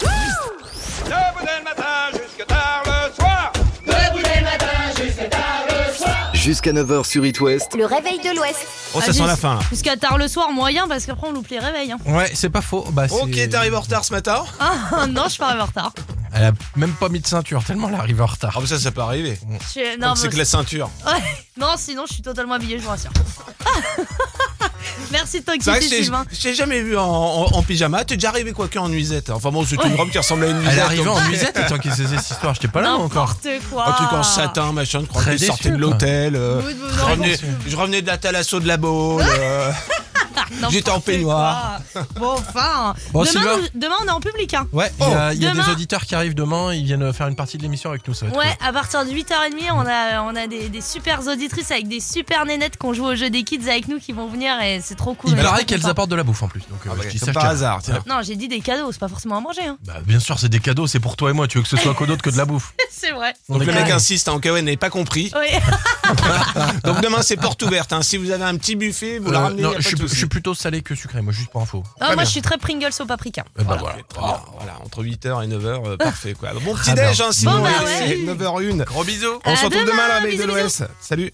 [SPEAKER 17] Debout dès le matin jusque tard le soir. Debout dès le matin jusque tard le soir.
[SPEAKER 5] Jusqu'à 9h sur It West.
[SPEAKER 2] Le réveil de l'Ouest.
[SPEAKER 5] Oh, ça sent la fin, là.
[SPEAKER 2] Ah, Jusqu'à tard le soir, moyen, parce qu'après on loupe les réveils. hein.
[SPEAKER 3] Ouais, c'est pas faux. Bah, c'est-
[SPEAKER 7] Ok, t'arrives en retard ce matin
[SPEAKER 2] Ah non, je pars en retard.
[SPEAKER 3] Elle a même pas mis de ceinture, tellement elle arrive en retard.
[SPEAKER 7] Ah, bah ça, ça peut arriver.
[SPEAKER 2] Je- non,
[SPEAKER 7] Donc c'est
[SPEAKER 2] mais-
[SPEAKER 7] que la ceinture.
[SPEAKER 2] Ouais, non, sinon je suis totalement habillée, je vous rassure. Merci de
[SPEAKER 7] C'est vrai que
[SPEAKER 2] t'inquiéter,
[SPEAKER 7] je t'ai-
[SPEAKER 2] Sylvain.
[SPEAKER 7] je t'ai jamais vu en, en- en pyjama. T'es déjà arrivé quoi qu'en nuisette. Enfin bon, c'est une robe qui ressemble à une nuisette.
[SPEAKER 3] Elle est arrivée
[SPEAKER 7] donc-
[SPEAKER 3] en nuisette et tant qu'il faisait cette histoire, j'étais pas là moi, encore.
[SPEAKER 2] N'importe quoi.
[SPEAKER 7] Un truc en satin, machin, je crois
[SPEAKER 3] Très
[SPEAKER 7] que je sortais de
[SPEAKER 3] déçu, quoi.
[SPEAKER 7] l'hôtel. euh,
[SPEAKER 2] Oui, oui,
[SPEAKER 7] je,
[SPEAKER 3] Ah
[SPEAKER 2] non,
[SPEAKER 7] revenais,
[SPEAKER 2] non.
[SPEAKER 7] je revenais de la thalasso de la Baule. euh,
[SPEAKER 2] Ah, n'importe
[SPEAKER 7] J'étais en peignoir.
[SPEAKER 2] quoi. Bon, enfin.
[SPEAKER 3] Bon,
[SPEAKER 2] demain,
[SPEAKER 3] Sylvain.
[SPEAKER 2] nous- demain, on est en public. Hein.
[SPEAKER 3] Ouais, il y a, il y a
[SPEAKER 2] Demain-
[SPEAKER 3] des auditeurs qui arrivent demain, ils viennent faire une partie de l'émission avec nous, ça va être
[SPEAKER 2] Ouais, à partir de 8h30, on a, on a des, des super auditrices avec des super nénettes qu'on joue au jeu des kids avec nous qui vont venir et c'est trop cool.
[SPEAKER 3] cool.
[SPEAKER 2] on
[SPEAKER 3] Il
[SPEAKER 2] est
[SPEAKER 3] paraît
[SPEAKER 2] trop
[SPEAKER 3] qu'elles
[SPEAKER 2] contents.
[SPEAKER 3] apportent de la bouffe en plus, donc
[SPEAKER 7] Ah,
[SPEAKER 3] euh, je dis ça, je tiens.
[SPEAKER 2] Non, j'ai dit des cadeaux, c'est pas forcément à manger. Hein.
[SPEAKER 3] Bah, bien sûr, c'est des cadeaux, c'est pour toi et moi, tu veux que ce soit que d'autre que de la bouffe.
[SPEAKER 2] c'est vrai.
[SPEAKER 7] Donc
[SPEAKER 3] On
[SPEAKER 7] le
[SPEAKER 3] est
[SPEAKER 7] mec
[SPEAKER 3] carré.
[SPEAKER 7] insiste, hein, Kawen n'avait pas compris.
[SPEAKER 2] Oui.
[SPEAKER 7] Donc demain c'est porte ouverte. hein. Si vous avez un petit buffet, vous le
[SPEAKER 3] Euh,
[SPEAKER 7] ramenez.
[SPEAKER 3] non,
[SPEAKER 7] y a pas
[SPEAKER 3] je, suis,
[SPEAKER 7] de
[SPEAKER 3] je
[SPEAKER 7] souci.
[SPEAKER 3] suis plutôt salé que sucré, moi, juste pour info.
[SPEAKER 2] Ah,
[SPEAKER 7] Très
[SPEAKER 2] moi,
[SPEAKER 7] bien.
[SPEAKER 2] je suis très Pringles au paprika.
[SPEAKER 3] Eh ben voilà.
[SPEAKER 7] Très bien, voilà, entre 8h et 9h, euh, parfait quoi. Bon
[SPEAKER 3] Ah
[SPEAKER 7] petit déj,
[SPEAKER 3] bien.
[SPEAKER 7] hein, Simon,
[SPEAKER 3] Bon, bah
[SPEAKER 7] il est 9h01. Gros bisous. On
[SPEAKER 3] À
[SPEAKER 7] se retrouve
[SPEAKER 3] demain,
[SPEAKER 7] demain à la veille de
[SPEAKER 3] bisous, bisous.
[SPEAKER 7] l'OS. Salut.